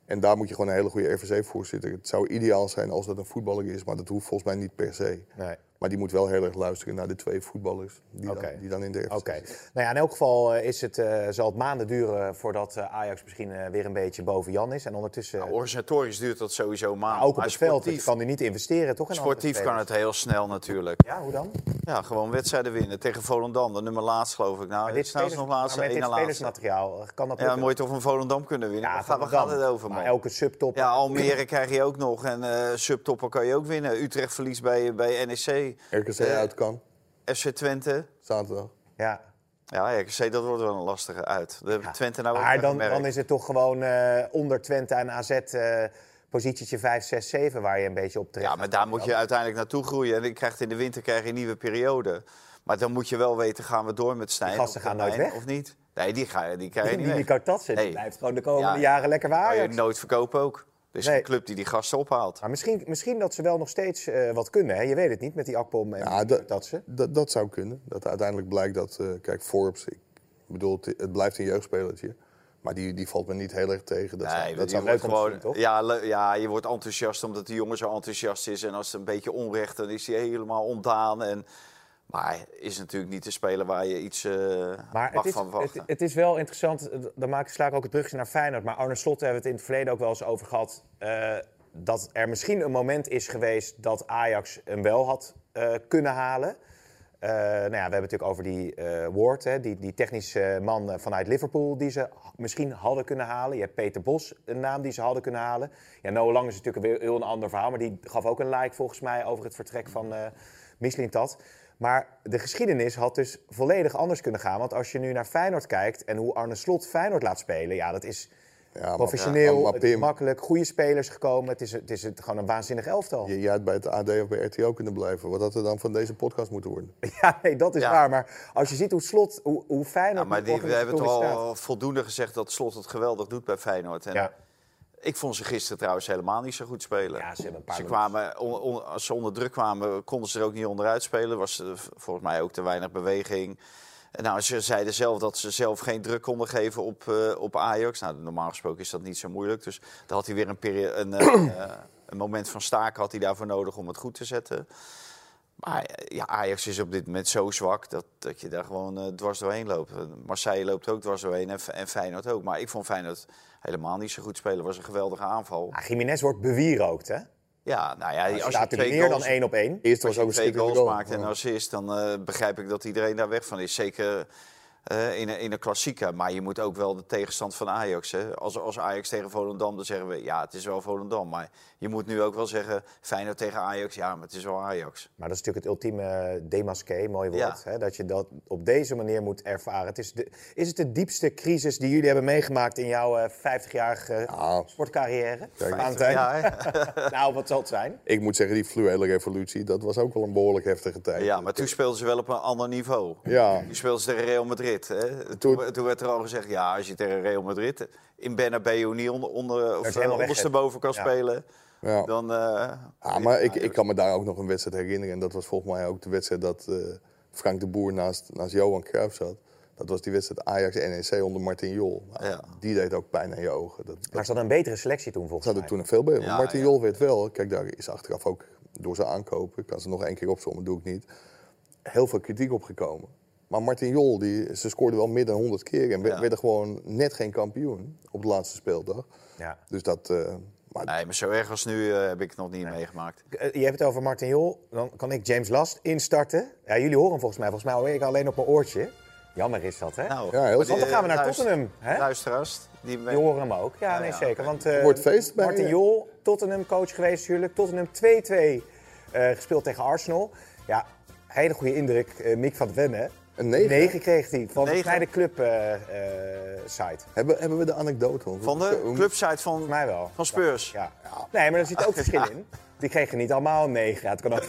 [SPEAKER 4] En daar moet je gewoon een hele goede RVC-voorzitter. Het zou ideaal zijn als dat een voetballer is, maar dat hoeft volgens mij niet per se.
[SPEAKER 3] Nee.
[SPEAKER 4] Maar die moet wel heel erg luisteren naar de twee voetballers die,
[SPEAKER 3] Oké.
[SPEAKER 4] dan, die dan in de RVC
[SPEAKER 3] Oké. Nou ja, in elk geval eh, is het, eh, zal het maanden duren voordat eh, Ajax misschien eh, weer een beetje boven Jan is. En ondertussen
[SPEAKER 5] Nou, organisatorisch duurt dat sowieso maanden.
[SPEAKER 3] ook op
[SPEAKER 5] maar
[SPEAKER 3] het veld. want Je
[SPEAKER 5] sportief,
[SPEAKER 3] kan nu niet investeren, toch? in andere
[SPEAKER 5] sportief kan
[SPEAKER 3] spelers?
[SPEAKER 5] het Eh, heel snel natuurlijk.
[SPEAKER 3] Ja, hoe dan?
[SPEAKER 5] Ja, gewoon wedstrijden winnen. Tegen Volendam, de nummer laatst geloof ik. Nou, dit staan ze nog laatst,
[SPEAKER 3] maar met
[SPEAKER 5] één
[SPEAKER 3] dit
[SPEAKER 5] na laatste.
[SPEAKER 3] spelersmateriaal eh, kan dat
[SPEAKER 5] Ja,
[SPEAKER 3] lukken?
[SPEAKER 5] mooi toch van Volendam kunnen winnen.
[SPEAKER 3] Ja,
[SPEAKER 5] Waar gaat- waar
[SPEAKER 3] Volendam.
[SPEAKER 5] gaat het over, man?
[SPEAKER 3] Maar elke subtop.
[SPEAKER 5] Ja, Almere krijg je ook nog. En eh subtoppen kan je ook winnen. Utrecht verliest bij, bij E NEC.
[SPEAKER 4] RKC
[SPEAKER 5] Eh,
[SPEAKER 4] uit kan,
[SPEAKER 5] FC Twente.
[SPEAKER 4] zaterdag.
[SPEAKER 3] Ja.
[SPEAKER 5] Ja, RKC, dat wordt wel een lastige uit. Dat hebben Twente nou ook
[SPEAKER 3] Maar dan,
[SPEAKER 5] gemerkt.
[SPEAKER 3] dan is het toch gewoon eh, onder Twente en AZ eh, positietje 5, 6, 7 waar je een beetje op terecht
[SPEAKER 5] Ja, maar daar moet je uiteindelijk naartoe groeien. En je krijgt in de winter krijg je een nieuwe periode. Maar dan moet je wel weten, gaan we door met Stijn?
[SPEAKER 3] Die gasten
[SPEAKER 5] of
[SPEAKER 3] gaan nooit
[SPEAKER 5] Konijn
[SPEAKER 3] weg.
[SPEAKER 5] Of niet? Nee, die, ga, die krijg je
[SPEAKER 3] Die
[SPEAKER 5] niet weg.
[SPEAKER 3] Nico Tatsen
[SPEAKER 5] Nee.
[SPEAKER 3] blijft gewoon de komende
[SPEAKER 5] Ja.
[SPEAKER 3] jaren lekker waar.
[SPEAKER 5] Kan je nooit verkopen ook. Er is
[SPEAKER 3] Nee.
[SPEAKER 5] een club die die gasten ophaalt.
[SPEAKER 3] Maar misschien, misschien dat ze wel nog steeds eh, wat kunnen. Hè? Je weet het niet met die Akpom en
[SPEAKER 4] Ja,
[SPEAKER 3] die
[SPEAKER 4] dat,
[SPEAKER 3] Tatsen.
[SPEAKER 4] dat, dat zou kunnen. Dat uiteindelijk blijkt dat, eh, kijk, Forbes, ik bedoel, het, het blijft een jeugdspelertje. Maar die, die valt me niet heel erg tegen. Dat zou,
[SPEAKER 5] Nee,
[SPEAKER 4] dat
[SPEAKER 5] je
[SPEAKER 4] zou
[SPEAKER 5] wordt
[SPEAKER 3] leuk om te
[SPEAKER 5] gewoon,
[SPEAKER 3] zien, toch?
[SPEAKER 5] ja, le- ja, je wordt enthousiast omdat die jongen zo enthousiast is. En als het een beetje onrecht, dan is hij helemaal ontdaan. En, maar is natuurlijk niet te spelen waar je iets eh
[SPEAKER 3] Maar
[SPEAKER 5] mag
[SPEAKER 3] het is,
[SPEAKER 5] van
[SPEAKER 3] het,
[SPEAKER 5] wachten.
[SPEAKER 3] het is wel interessant, eh, dan maak ik, sla ik ook het brugje naar Feyenoord. Maar Arne Slot hebben we het in het verleden ook wel eens over gehad... eh, dat er misschien een moment is geweest dat Ajax hem wel had eh, kunnen halen. Eh, nou ja, we hebben het natuurlijk over die eh Ward, hè, die, die technische man eh, vanuit Liverpool... die ze h- misschien hadden kunnen halen. Je hebt Peter Bos, een naam die ze hadden kunnen halen. Ja, Noah Lang is natuurlijk weer heel een ander verhaal... maar die gaf ook een like volgens mij over het vertrek van eh Mislintat. Maar de geschiedenis had dus volledig anders kunnen gaan. Want als je nu naar Feyenoord kijkt en hoe Arne Slot Feyenoord laat spelen... ja, dat is
[SPEAKER 4] Ja, maar-
[SPEAKER 3] professioneel,
[SPEAKER 4] ja, maar
[SPEAKER 3] het is
[SPEAKER 4] Pim-
[SPEAKER 3] makkelijk, goede spelers gekomen. Het is, het is het, gewoon een waanzinnig elftal.
[SPEAKER 4] Je, je had bij het AD of bij RTO kunnen blijven. Wat had er dan van deze podcast moeten worden?
[SPEAKER 3] Ja, nee, dat is
[SPEAKER 5] Ja.
[SPEAKER 3] waar. Maar als je ziet hoe Slot, hoe, hoe
[SPEAKER 5] Ja,
[SPEAKER 3] Feyenoord...
[SPEAKER 5] maar
[SPEAKER 3] nu
[SPEAKER 5] die, we hebben toch eh,
[SPEAKER 3] organisatorisch
[SPEAKER 5] al voldoende gezegd dat Slot het geweldig doet bij Feyenoord. En
[SPEAKER 3] staat.
[SPEAKER 5] Ik vond ze gisteren trouwens helemaal niet zo goed spelen.
[SPEAKER 3] Ja, ze hebben een paar
[SPEAKER 5] kwamen, on- on- als ze onder druk kwamen, konden ze er ook niet onderuit spelen. Was eh, v- volgens mij ook te weinig beweging. En Nou, ze zeiden zelf dat ze zelf geen druk konden geven op, eh, op Ajax. Nou, normaal gesproken is dat niet zo moeilijk. Dus daar had hij weer een, perio- een, eh, eh, een moment van staken had hij daarvoor nodig om het goed te zetten. Maar eh, ja, Ajax is op dit moment zo zwak dat, dat je daar gewoon eh, dwars doorheen loopt. Eh, Marseille loopt ook dwars doorheen en, F- en Feyenoord ook. Maar ik vond Feyenoord helemaal niet zo goed spelen. Het was een geweldige aanval.
[SPEAKER 3] Ja, Ah, Jiménez wordt bewierookt, hè?
[SPEAKER 5] Ja, nou ja, als je
[SPEAKER 3] staat er
[SPEAKER 5] twee
[SPEAKER 3] meer
[SPEAKER 5] goals,
[SPEAKER 3] dan één op één.
[SPEAKER 4] Eerst
[SPEAKER 5] als
[SPEAKER 4] was
[SPEAKER 5] je
[SPEAKER 4] ook een
[SPEAKER 5] twee
[SPEAKER 4] schitterende
[SPEAKER 5] goals
[SPEAKER 4] goal.
[SPEAKER 5] maakt en een assist, dan eh, begrijp ik dat iedereen daar weg van is. Zeker eh, in, een, in een klassieker. Maar je moet ook wel de tegenstand van Ajax. Hè. Als, als Ajax tegen Volendam, dan zeggen we ja, het is wel Volendam. Maar je moet nu ook wel zeggen Feyenoord tegen Ajax, ja, maar het is wel Ajax.
[SPEAKER 3] Maar dat is natuurlijk het ultieme demasqué, mooi woord.
[SPEAKER 5] Ja.
[SPEAKER 3] Hè? Dat je dat op deze manier moet ervaren. Het is, de, is het de diepste crisis die jullie hebben meegemaakt in jouw eh, 50-jarige
[SPEAKER 4] Nou,
[SPEAKER 3] sportcarrière? Maantijn?
[SPEAKER 5] Ja, hè?
[SPEAKER 3] Nou, wat zal het zijn?
[SPEAKER 4] Ik moet zeggen, die fluwele revolutie, dat was ook wel een behoorlijk heftige tijd.
[SPEAKER 5] ja, maar toen speelden ze wel op een ander niveau.
[SPEAKER 4] Ja.
[SPEAKER 5] Toen speelden ze tegen Real Madrid. Hè. Toen, toen werd er al gezegd, ja, als je tegen Real Madrid in Bernabeu niet onder, onder, of, eh,
[SPEAKER 3] helemaal weg,
[SPEAKER 5] ondersteboven kan
[SPEAKER 3] ja.
[SPEAKER 5] spelen...
[SPEAKER 4] Ja.
[SPEAKER 5] Dan, eh,
[SPEAKER 4] Ja, maar ik, ik kan me daar ook nog een wedstrijd herinneren. En dat was volgens mij ook de wedstrijd dat eh, Frank de Boer naast, naast Johan Cruijff zat. Dat was die wedstrijd Ajax-NEC onder Martin Jol. Nou,
[SPEAKER 5] Ja.
[SPEAKER 4] Die deed ook pijn aan je ogen. Dat, dat
[SPEAKER 3] Maar ze hadden een betere selectie toen
[SPEAKER 4] ze
[SPEAKER 3] volgens mij.
[SPEAKER 4] hadden toen een veel beter.
[SPEAKER 5] Ja,
[SPEAKER 4] Martin
[SPEAKER 5] ja.
[SPEAKER 4] Jol werd wel. Kijk, daar is achteraf ook door zijn aankopen. Ik kan ze nog één keer opzommen, doe ik niet. Heel veel kritiek opgekomen. Maar Martin Jol, die, ze scoorde wel meer dan 100 keer. En we-
[SPEAKER 5] Ja.
[SPEAKER 4] werden gewoon net geen kampioen op de laatste speeldag.
[SPEAKER 3] Ja.
[SPEAKER 4] Dus dat... eh, maar
[SPEAKER 5] Nee, maar zo erg als nu eh, heb ik het nog niet meegemaakt.
[SPEAKER 3] Eh, Je hebt het over Martin Jol, dan kan ik James Last instarten. Ja, jullie horen hem volgens mij. Volgens mij hoor ik alleen op mijn oortje. Jammer is dat, hè?
[SPEAKER 5] Nou,
[SPEAKER 4] Ja, heel
[SPEAKER 5] maar
[SPEAKER 4] goed.
[SPEAKER 3] Dan gaan we naar
[SPEAKER 5] luister-
[SPEAKER 3] Tottenham, hè?
[SPEAKER 5] Luisteraars, die
[SPEAKER 3] Je hoort hem ook. Ja, nee,
[SPEAKER 5] ja,
[SPEAKER 3] zeker. Want, eh,
[SPEAKER 4] Wordt feest bij
[SPEAKER 3] Martin
[SPEAKER 4] je.
[SPEAKER 3] Jol, Tottenham-coach geweest natuurlijk. Tottenham 2-2 eh, gespeeld tegen Arsenal. Ja, hele goede indruk. eh, Mick van den Ven, hè?
[SPEAKER 4] Een negen.
[SPEAKER 3] kreeg hij van de eh,
[SPEAKER 5] Negen.
[SPEAKER 3] kleine club-site.
[SPEAKER 4] hebben, hebben we de anekdote? Want
[SPEAKER 5] van de
[SPEAKER 4] we-
[SPEAKER 5] clubsite van,
[SPEAKER 3] mij wel.
[SPEAKER 5] van Spurs.
[SPEAKER 3] Ja. Nee, maar er zit ook verschil in. Die kregen niet allemaal een 9. Ja, het kan ook...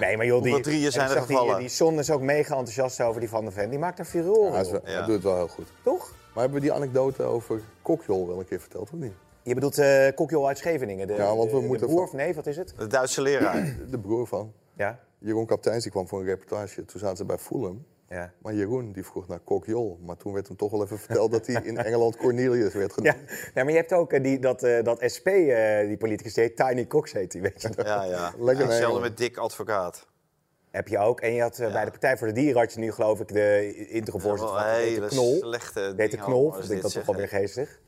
[SPEAKER 3] nee, maar joh, die...
[SPEAKER 5] Hoeveel drieën
[SPEAKER 3] en
[SPEAKER 5] zijn
[SPEAKER 3] ik
[SPEAKER 5] er
[SPEAKER 3] zag die-
[SPEAKER 5] gevallen?
[SPEAKER 3] Die Son is ook mega enthousiast over die Van de Ven. Die maakt er furoren,
[SPEAKER 4] Ja, hij is
[SPEAKER 3] joh.
[SPEAKER 4] wel-
[SPEAKER 5] Ja.
[SPEAKER 4] hij doet het wel heel goed.
[SPEAKER 3] toch?
[SPEAKER 4] Maar hebben we die anekdote over Kokjol wel een keer verteld, of niet?
[SPEAKER 3] Je bedoelt eh Kokjol uit Scheveningen. De,
[SPEAKER 4] Ja, want we
[SPEAKER 3] de- de
[SPEAKER 4] moeten
[SPEAKER 3] broer
[SPEAKER 4] van-
[SPEAKER 3] of neef, wat is het?
[SPEAKER 5] De Duitse leraar.
[SPEAKER 4] De broer van.
[SPEAKER 3] Ja.
[SPEAKER 4] Jeroen Kapteins die kwam voor een reportage. Toen zaten ze bij Fulham.
[SPEAKER 3] Ja.
[SPEAKER 4] Maar Jeroen die vroeg naar Kokjol. Maar toen werd hem toch wel even verteld dat hij in Engeland Cornelius werd
[SPEAKER 3] Ja,
[SPEAKER 4] genoemd.
[SPEAKER 3] nee, maar je hebt ook eh, die, dat, eh, dat SP, eh, die politicus, die heet Tiny Cox heet die, weet je nog.
[SPEAKER 5] ja, ja.
[SPEAKER 4] Lekker nee,
[SPEAKER 5] Hetzelfde
[SPEAKER 4] man.
[SPEAKER 5] met Dick Advocaat.
[SPEAKER 3] Heb je ook. En je had eh, bij de Partij voor de Dieren had je nu geloof ik de interimvoorzitter van,
[SPEAKER 5] Wel een
[SPEAKER 3] die heet de
[SPEAKER 5] hele
[SPEAKER 3] Knol.
[SPEAKER 5] slechte
[SPEAKER 3] Die heet de
[SPEAKER 5] ding
[SPEAKER 3] Knol,
[SPEAKER 5] allemaal, als
[SPEAKER 3] vind ik
[SPEAKER 5] dit
[SPEAKER 3] dat toch wel weer geestig.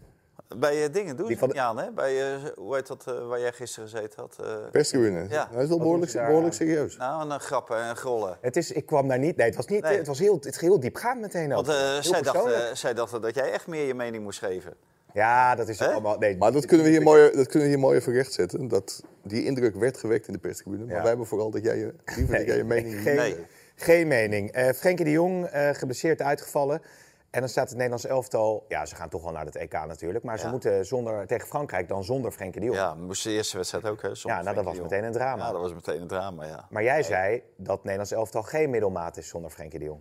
[SPEAKER 5] Bij eh, dingen doen
[SPEAKER 3] Die
[SPEAKER 5] ze
[SPEAKER 3] van
[SPEAKER 5] het
[SPEAKER 3] de-
[SPEAKER 5] niet aan, hè? Bij, eh, hoe heet dat eh, waar jij gisteren gezeten had? Eh,
[SPEAKER 4] Perstribune.
[SPEAKER 5] Ja.
[SPEAKER 4] Hij is wel
[SPEAKER 3] doen
[SPEAKER 4] behoorlijk,
[SPEAKER 3] ze daar
[SPEAKER 4] behoorlijk
[SPEAKER 3] aan?
[SPEAKER 4] serieus.
[SPEAKER 5] nou, en dan grappen en grollen.
[SPEAKER 3] Het is, ik kwam daar niet. Nee, het was niet.
[SPEAKER 5] Nee.
[SPEAKER 3] Het was heel, het ging heel diepgaand meteen ook.
[SPEAKER 5] Want eh,
[SPEAKER 3] Heel
[SPEAKER 5] zij,
[SPEAKER 3] persoonlijk.
[SPEAKER 5] dachten, zij dachten dat jij echt meer je mening moest geven.
[SPEAKER 3] Ja, dat is ook allemaal. Nee,
[SPEAKER 4] Maar dat kunnen we hier mooi, dat kunnen we hier mooi even rechtzetten. Dat, die indruk werd gewekt in de perstribune. Maar
[SPEAKER 3] Ja.
[SPEAKER 4] wij hebben vooral dat jij je, liever dat jij je mening niet
[SPEAKER 3] geen,
[SPEAKER 4] deed.
[SPEAKER 3] geen mening. Eh Frenkie de Jong, eh, geblesseerd uitgevallen. En dan staat het Nederlands elftal. Ja, ze gaan toch wel naar het EK natuurlijk. Maar ze
[SPEAKER 5] Ja.
[SPEAKER 3] moeten zonder, tegen Frankrijk dan zonder Frenkie de Jong.
[SPEAKER 5] Ja, moest de eerste wedstrijd ook, hè? zonder
[SPEAKER 3] Ja, nou, dat
[SPEAKER 5] Frenkie
[SPEAKER 3] was
[SPEAKER 5] de Jong.
[SPEAKER 3] meteen een drama.
[SPEAKER 5] Ja, dat was meteen een drama, ja.
[SPEAKER 3] Maar jij zei dat Nederlands elftal geen middelmaat is zonder Frenkie de Jong.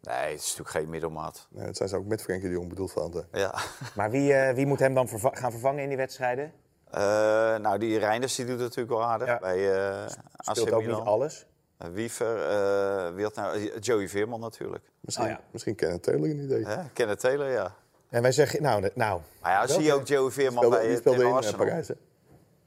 [SPEAKER 5] Nee, het is natuurlijk geen middelmaat.
[SPEAKER 4] Nee, dat Nou, zijn ze ook met Frenkie de Jong bedoeld van. eh, de-
[SPEAKER 5] Ja.
[SPEAKER 3] Maar wie, eh, wie moet hem dan verva- gaan vervangen in die wedstrijden?
[SPEAKER 5] Eh, nou, die Reinders die doet het natuurlijk wel aardig
[SPEAKER 3] Ja.
[SPEAKER 5] bij eh AC
[SPEAKER 3] Speelt ook niet
[SPEAKER 5] Milan.
[SPEAKER 3] alles.
[SPEAKER 5] Wiever, eh, wie had nou, Joey Veerman natuurlijk.
[SPEAKER 4] Misschien,
[SPEAKER 3] Oh ja.
[SPEAKER 4] misschien kennen Taylor een idee.
[SPEAKER 5] Hè? Kenneth Taylor, ja.
[SPEAKER 3] En wij zeggen, nou, nou
[SPEAKER 5] Maar ja, zie je ook Joey Veerman
[SPEAKER 4] Speelde-
[SPEAKER 5] bij
[SPEAKER 4] die
[SPEAKER 5] eh,
[SPEAKER 4] speelde
[SPEAKER 5] tegen
[SPEAKER 4] in eh,
[SPEAKER 5] Arsenal.
[SPEAKER 4] Parijs, hè?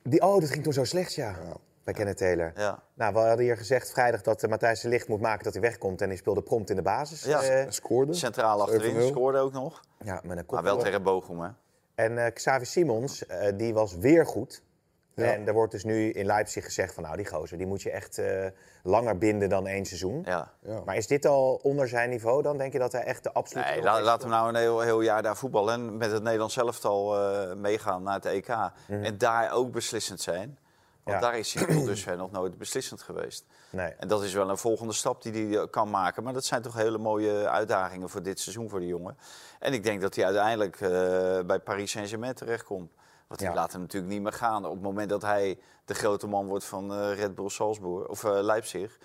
[SPEAKER 3] die, oh, dat ging toen zo slecht, ja. Bij Kenneth Taylor.
[SPEAKER 5] Ja.
[SPEAKER 3] Nou, we hadden hier gezegd vrijdag dat eh, Matthijs de Licht moet maken dat hij wegkomt. En hij speelde prompt in de basis.
[SPEAKER 5] Ja.
[SPEAKER 3] eh,
[SPEAKER 4] En scoorde.
[SPEAKER 5] Centraal achterin,
[SPEAKER 4] 7-0.
[SPEAKER 5] scoorde ook nog.
[SPEAKER 3] ja met een kop.
[SPEAKER 5] Maar wel tegen Bochum, hè?
[SPEAKER 3] En eh, Xavi Simons, eh, die was weer goed.
[SPEAKER 4] Ja.
[SPEAKER 3] En er wordt dus nu in Leipzig gezegd van, nou, die gozer, die moet je echt eh, langer binden dan één seizoen.
[SPEAKER 5] Ja.
[SPEAKER 4] Ja.
[SPEAKER 3] Maar is dit al onder zijn niveau dan? Denk je dat hij echt de absolute...
[SPEAKER 5] Nee, la-
[SPEAKER 3] Europese-
[SPEAKER 5] laat hem nou een heel, heel jaar daar voetballen en met het Nederlands elftal eh meegaan naar het EK. En daar ook beslissend zijn. Want
[SPEAKER 3] Mhm. Ja.
[SPEAKER 5] daar is hij tot dusver nog nooit beslissend geweest.
[SPEAKER 3] Nee.
[SPEAKER 5] En dat is wel een volgende stap die hij eh, kan maken. Maar dat zijn toch hele mooie uitdagingen voor dit seizoen voor die jongen. En ik denk dat hij uiteindelijk eh, bij Paris Saint-Germain terechtkomt. Want die
[SPEAKER 3] Ja.
[SPEAKER 5] laat hem natuurlijk niet meer gaan. Op het moment dat hij de grote man wordt van eh, Red Bull Salzburg of eh, Leipzig.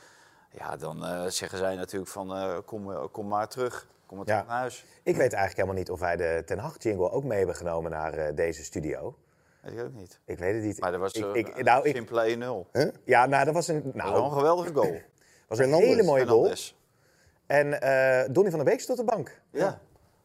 [SPEAKER 5] Ja, dan eh, zeggen zij natuurlijk van eh, kom, eh, kom maar terug. Kom maar
[SPEAKER 3] Ja.
[SPEAKER 5] terug naar huis.
[SPEAKER 3] Ik weet eigenlijk helemaal niet of wij de Ten Hag jingle ook mee hebben genomen naar eh, deze studio.
[SPEAKER 5] Weet ik ook niet.
[SPEAKER 3] Ik weet het niet.
[SPEAKER 5] Maar dat was eh,
[SPEAKER 3] ik,
[SPEAKER 5] een
[SPEAKER 3] ik, nou, ik,
[SPEAKER 5] simpele 1-0. Nou,
[SPEAKER 3] ja, nou, dat was een,
[SPEAKER 5] wel een
[SPEAKER 3] nou,
[SPEAKER 5] geweldige goal.
[SPEAKER 3] was een
[SPEAKER 4] Fernandes.
[SPEAKER 3] hele mooie goal.
[SPEAKER 5] Fernandes.
[SPEAKER 3] En eh Donny van der Beek stond op de bank.
[SPEAKER 5] Ja,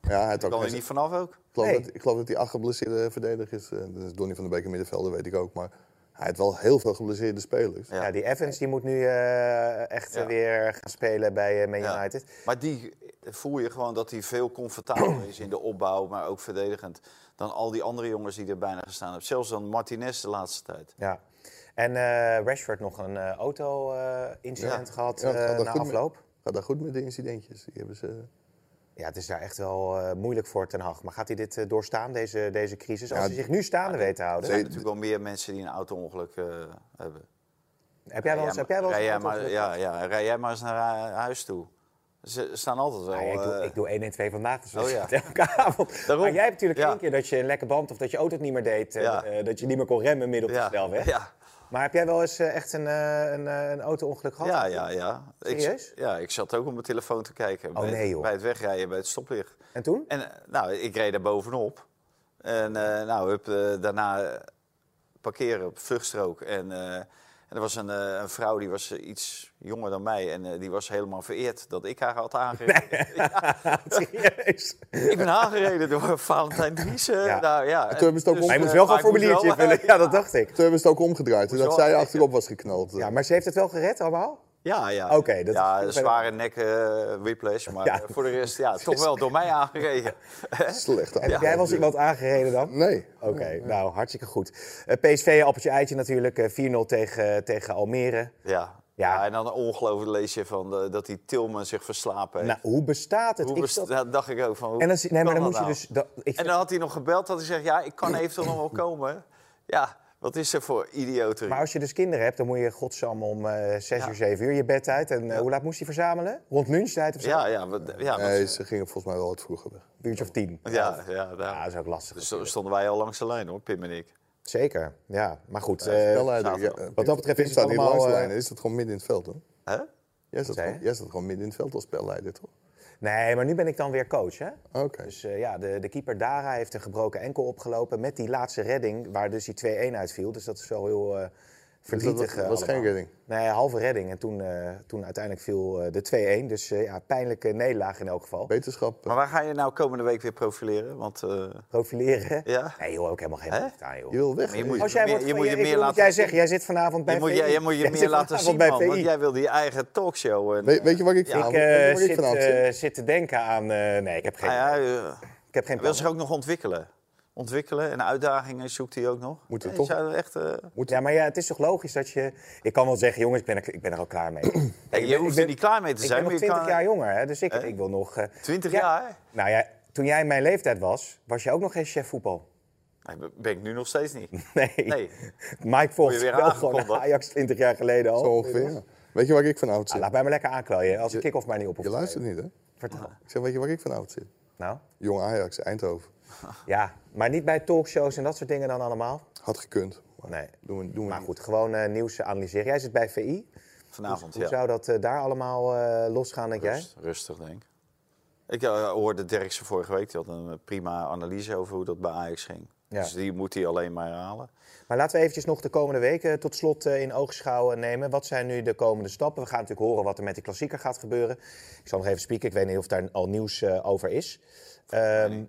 [SPEAKER 4] Ja, hij had
[SPEAKER 5] daar
[SPEAKER 4] ook
[SPEAKER 5] kan er
[SPEAKER 4] net-
[SPEAKER 5] niet vanaf ook.
[SPEAKER 4] Ik geloof,
[SPEAKER 3] Nee.
[SPEAKER 4] dat, ik geloof dat hij acht geblesseerde verdediger is. Eh, Dat is Donny van der Beek in middenvelder, weet ik ook. Maar hij heeft wel heel veel geblesseerde spelers.
[SPEAKER 5] Ja.
[SPEAKER 3] Ja, die Evans die moet nu eh, echt eh,
[SPEAKER 5] Ja.
[SPEAKER 3] weer gaan spelen bij eh Man
[SPEAKER 5] Ja.
[SPEAKER 3] United.
[SPEAKER 5] Maar die eh, voel je gewoon dat hij veel comfortabeler is in de opbouw, maar ook verdedigend. Dan al die andere jongens die er bijna gestaan hebben. Zelfs dan Martinez de laatste tijd.
[SPEAKER 3] Ja. En eh, Rashford nog een auto-incident
[SPEAKER 5] Ja.
[SPEAKER 3] gehad
[SPEAKER 4] Ja, het
[SPEAKER 3] eh,
[SPEAKER 4] gaat daar
[SPEAKER 3] na
[SPEAKER 4] goed mee.
[SPEAKER 3] afloop.
[SPEAKER 4] Gaat daar goed met de incidentjes? Die hebben ze...
[SPEAKER 3] Ja, het is daar echt wel eh, moeilijk voor Ten Hag. Maar gaat hij dit eh, doorstaan, deze, deze crisis? Als
[SPEAKER 4] Ja,
[SPEAKER 3] hij zich nu staande weet te
[SPEAKER 5] Er
[SPEAKER 3] houden.
[SPEAKER 5] zijn natuurlijk wel meer mensen die een auto-ongeluk eh, hebben.
[SPEAKER 3] Heb jij wel eens, heb jij wel eens
[SPEAKER 5] Rij jij
[SPEAKER 3] een auto
[SPEAKER 5] maar, ja, ja, rij jij maar eens naar hu- huis toe. Ze staan altijd wel...
[SPEAKER 3] Nou ja, ik, doe,
[SPEAKER 5] eh,
[SPEAKER 3] ik doe 1 en 2 vandaag, dus
[SPEAKER 5] Oh
[SPEAKER 3] oh,
[SPEAKER 5] ja.
[SPEAKER 3] ja. elke avond.
[SPEAKER 5] Daarom.
[SPEAKER 3] Maar jij hebt natuurlijk
[SPEAKER 5] Ja.
[SPEAKER 3] één keer dat je een lekke band of dat je auto het niet meer deed. eh,
[SPEAKER 5] Ja.
[SPEAKER 3] eh, dat je niet meer kon remmen midden op de
[SPEAKER 5] ja,
[SPEAKER 3] snelweg.
[SPEAKER 5] Ja,
[SPEAKER 3] Maar heb jij wel eens eh, echt een, eh, een, eh, een auto-ongeluk gehad?
[SPEAKER 5] ja, ja. ja. Ik,
[SPEAKER 3] Serieus?
[SPEAKER 5] ja, ik zat ook op mijn telefoon te kijken.
[SPEAKER 3] Oh,
[SPEAKER 5] bij,
[SPEAKER 3] nee, joh.
[SPEAKER 5] bij het wegrijden, bij het stoplicht.
[SPEAKER 3] En toen?
[SPEAKER 5] En eh, nou, ik reed daar bovenop. En eh, nou, heb eh, daarna eh, parkeren op vluchtstrook. En, eh, en er was een, eh, een vrouw die was eh, iets jonger dan mij. En eh, die was helemaal vereerd dat ik haar had aangereden.
[SPEAKER 3] Ah, Serieus?
[SPEAKER 5] Ik ben aangereden door Valentijn Driessen.
[SPEAKER 3] Ja.
[SPEAKER 5] Nou, ja.
[SPEAKER 4] toen hebben ze het ook
[SPEAKER 5] Dus,
[SPEAKER 3] Maar
[SPEAKER 4] op-
[SPEAKER 3] je
[SPEAKER 5] eh,
[SPEAKER 3] moet wel gewoon een
[SPEAKER 5] maar ik moest
[SPEAKER 3] formuliertje
[SPEAKER 5] wel-
[SPEAKER 3] invullen. Ja, dat dacht ik.
[SPEAKER 4] Toen hebben ze het ook omgedraaid, zodat
[SPEAKER 5] Hoezo?
[SPEAKER 4] zij achterop was geknald.
[SPEAKER 3] Ja, maar ze heeft het wel gered allemaal?
[SPEAKER 5] Ja, ja.
[SPEAKER 3] Oké, dat
[SPEAKER 5] ja,
[SPEAKER 3] is-
[SPEAKER 5] een zware nek, eh whiplash. Maar
[SPEAKER 3] Ja.
[SPEAKER 5] eh, voor de rest, ja, toch wel door mij aangereden.
[SPEAKER 4] Slecht
[SPEAKER 3] En heb jij wel eens iemand aangereden dan?
[SPEAKER 4] Nee.
[SPEAKER 3] Oké, nou, hartstikke goed. Eh, PSV, appeltje eitje natuurlijk. eh, 4-0 tegen, tegen Almere.
[SPEAKER 5] Ja.
[SPEAKER 3] Ja.
[SPEAKER 5] Ja, en dan een ongelooflijk leesje van de- dat die Tilman zich verslapen heeft.
[SPEAKER 3] Nou, hoe bestaat het?
[SPEAKER 5] Hoe
[SPEAKER 3] Ik
[SPEAKER 5] best-
[SPEAKER 3] zat-
[SPEAKER 5] dat dacht ik ook van. hoe
[SPEAKER 3] En dan, zie- nee, maar
[SPEAKER 5] kan
[SPEAKER 3] dan moet
[SPEAKER 5] dat
[SPEAKER 3] je
[SPEAKER 5] nou?
[SPEAKER 3] dus... dat- ik
[SPEAKER 5] En
[SPEAKER 3] vind-
[SPEAKER 5] dan had hij nog gebeld, had hij gezegd: Ja, ik kan eventueel nog wel komen. Ja, wat is er voor idioterie?
[SPEAKER 3] Maar als je dus kinderen hebt, dan moet je godsam om eh 6 uur, 7 uur je bed uit. En eh, hoe laat moest je verzamelen? Rond lunchtijd of zo?
[SPEAKER 5] Ja, ja, wat, ja, wat-
[SPEAKER 4] Nee, ze gingen volgens mij wel wat vroeger weg.
[SPEAKER 3] Een uurtje of tien.
[SPEAKER 5] ja, ja, daar-
[SPEAKER 3] Ja, dat is ook lastig.
[SPEAKER 5] dus zo stonden wij al langs de lijn hoor, Pim en ik.
[SPEAKER 3] Zeker, ja. Maar goed, eh,
[SPEAKER 4] Snelheid, ja,
[SPEAKER 5] zaterdag.
[SPEAKER 4] eh,
[SPEAKER 3] Wat dat betreft
[SPEAKER 4] Pim
[SPEAKER 3] is het
[SPEAKER 4] staat niet
[SPEAKER 3] allemaal,
[SPEAKER 4] langs de
[SPEAKER 3] eh,
[SPEAKER 4] lijn. Is dat gewoon midden in het veld, hoor?
[SPEAKER 5] Hè?
[SPEAKER 4] Jij staat,
[SPEAKER 3] zei
[SPEAKER 4] gewoon,
[SPEAKER 3] je?
[SPEAKER 4] jij staat gewoon midden in het veld als spelleider, toch?
[SPEAKER 3] nee, maar nu ben ik dan weer coach, hè?
[SPEAKER 4] Oké.
[SPEAKER 3] Dus eh, ja, de, de keeper Dara heeft een gebroken enkel opgelopen met die laatste redding, waar dus die 2-1 uitviel. Dus dat is wel heel eh, verdrietig.
[SPEAKER 4] was-
[SPEAKER 3] eh,
[SPEAKER 4] was geen
[SPEAKER 3] allemaal.
[SPEAKER 4] redding?
[SPEAKER 3] Nee, halve redding. En toen, eh, toen uiteindelijk viel eh, de 2-1. Dus eh, ja, pijnlijke nederlaag in elk geval.
[SPEAKER 4] Wetenschap. eh,
[SPEAKER 5] Maar waar ga je nou komende week weer profileren? Want eh,
[SPEAKER 3] Profileren.
[SPEAKER 5] Ja.
[SPEAKER 3] Nee joh, ook helemaal geen
[SPEAKER 5] Hè?
[SPEAKER 3] recht aan joh.
[SPEAKER 4] je wil weg.
[SPEAKER 5] maar je moet
[SPEAKER 3] Als jij
[SPEAKER 5] meer-
[SPEAKER 3] wordt,
[SPEAKER 5] je moet je
[SPEAKER 3] ik
[SPEAKER 5] meer
[SPEAKER 3] wil wat
[SPEAKER 5] laten
[SPEAKER 3] jij
[SPEAKER 5] zien.
[SPEAKER 3] zegt, jij zit vanavond bij
[SPEAKER 5] je moet je,
[SPEAKER 3] VI.
[SPEAKER 5] je, moet je
[SPEAKER 3] Jij
[SPEAKER 5] meer
[SPEAKER 3] zit
[SPEAKER 5] laten zien,
[SPEAKER 3] vanavond bij
[SPEAKER 5] man.
[SPEAKER 3] VI.
[SPEAKER 5] Want jij wilde je eigen talkshow. En,
[SPEAKER 4] Weet, weet je waar ik
[SPEAKER 3] Ik
[SPEAKER 4] vanavond,
[SPEAKER 3] eh,
[SPEAKER 4] weet je waar ik
[SPEAKER 3] zit,
[SPEAKER 4] vanavond
[SPEAKER 3] eh,
[SPEAKER 4] zit?
[SPEAKER 3] zit te denken aan... eh, nee, ik heb geen,
[SPEAKER 5] Ah, ja, eh,
[SPEAKER 3] ik heb geen
[SPEAKER 5] Hij wil
[SPEAKER 3] plan.
[SPEAKER 5] zich ook nog ontwikkelen. Ontwikkelen en uitdagingen zoekt hij ook nog.
[SPEAKER 4] Moeten we
[SPEAKER 5] Ja, je
[SPEAKER 4] toch-
[SPEAKER 5] zou er echt, eh,
[SPEAKER 3] Ja, maar ja, het is toch logisch dat je... Ik kan wel zeggen, jongens, ik ben er, ik ben er al klaar mee.
[SPEAKER 5] Hey, je hoeft er niet klaar mee te
[SPEAKER 3] Ik
[SPEAKER 5] zijn.
[SPEAKER 3] ben nog
[SPEAKER 5] maar je
[SPEAKER 3] 20
[SPEAKER 5] kan-
[SPEAKER 3] jaar jonger, hè? dus ik, ik wil nog... eh,
[SPEAKER 5] 20
[SPEAKER 3] ja,
[SPEAKER 5] jaar?
[SPEAKER 3] Nou ja, toen jij mijn leeftijd was, was je ook nog geen chef voetbal.
[SPEAKER 5] Nee, ben ik nu nog steeds niet.
[SPEAKER 3] Nee.
[SPEAKER 5] Nee.
[SPEAKER 3] Mike
[SPEAKER 5] je
[SPEAKER 3] Vogt,
[SPEAKER 5] weer
[SPEAKER 3] wel gewoon
[SPEAKER 5] aangekondigd.
[SPEAKER 3] Ajax 20 jaar geleden al.
[SPEAKER 4] Zo ongeveer. ja. Oh, Weet je waar ik vanavond
[SPEAKER 3] Ah,
[SPEAKER 4] zit?
[SPEAKER 3] laat mij maar lekker aanklooien, als de kick-off maar niet op hoeft
[SPEAKER 4] Je
[SPEAKER 3] te
[SPEAKER 4] luistert
[SPEAKER 3] nemen.
[SPEAKER 4] niet, hè?
[SPEAKER 3] Vertel.
[SPEAKER 4] Ik zeg, weet je waar ik vanavond zit?
[SPEAKER 3] Nou,
[SPEAKER 4] Jong Ajax, Eindhoven.
[SPEAKER 3] ja, maar niet bij talkshows en dat soort dingen dan allemaal.
[SPEAKER 4] Had gekund. Maar
[SPEAKER 3] Nee.
[SPEAKER 4] Doen we, doen we
[SPEAKER 3] Maar
[SPEAKER 4] niet.
[SPEAKER 3] goed, gewoon eh, nieuws analyseren. Jij zit bij VI.
[SPEAKER 5] Vanavond,
[SPEAKER 3] Hoe
[SPEAKER 5] ja.
[SPEAKER 3] zou dat eh, daar allemaal eh, losgaan, denk jij?
[SPEAKER 5] Rust- rustig, denk ik. Ik eh, hoorde Derksen vorige week. Die had een eh, prima analyse over hoe dat bij Ajax ging.
[SPEAKER 3] Ja.
[SPEAKER 5] Dus die moet hij alleen maar halen.
[SPEAKER 3] Maar laten we eventjes nog de komende weken tot slot eh, in oogschouw eh, nemen. Wat zijn nu de komende stappen? We gaan natuurlijk horen wat er met de klassieker gaat gebeuren. Ik zal nog even spieken. Ik weet niet of daar al nieuws eh, over is. Ehm,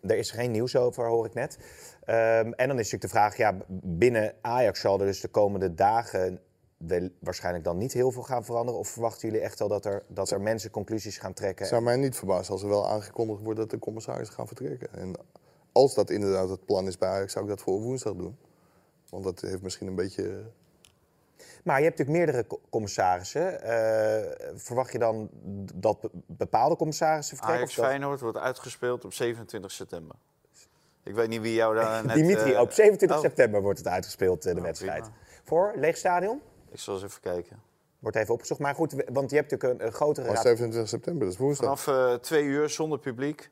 [SPEAKER 3] Er is geen nieuws over, hoor ik net. Ehm, en dan is natuurlijk de vraag, ja, b- binnen Ajax zal er dus de komende dagen wel- waarschijnlijk dan niet heel veel gaan veranderen. Of verwachten jullie echt wel dat er, dat er mensen conclusies gaan trekken?
[SPEAKER 4] Het zou mij niet verbazen als er wel aangekondigd wordt dat de commissarissen gaan vertrekken. En als dat inderdaad het plan is bij Ajax, zou ik dat voor woensdag doen. Want dat heeft misschien een beetje...
[SPEAKER 3] Maar je hebt natuurlijk meerdere co- commissarissen. Eh, verwacht je dan d- dat be- bepaalde commissarissen vertrekken?
[SPEAKER 5] Ajax
[SPEAKER 3] of dat-
[SPEAKER 5] Feyenoord wordt uitgespeeld op 27 september. Ik weet niet wie jou daar net...
[SPEAKER 3] Dimitri,
[SPEAKER 5] eh,
[SPEAKER 3] op 27
[SPEAKER 5] oh,
[SPEAKER 3] september wordt het uitgespeeld, eh, de wedstrijd. Voor leeg stadion?
[SPEAKER 5] Ik zal eens even kijken.
[SPEAKER 3] Wordt even opgezocht. Maar goed, we- want je hebt natuurlijk een, een grotere
[SPEAKER 4] Maar
[SPEAKER 3] raad-
[SPEAKER 4] 27 september, dat is woensdag.
[SPEAKER 5] Vanaf eh, twee uur zonder publiek.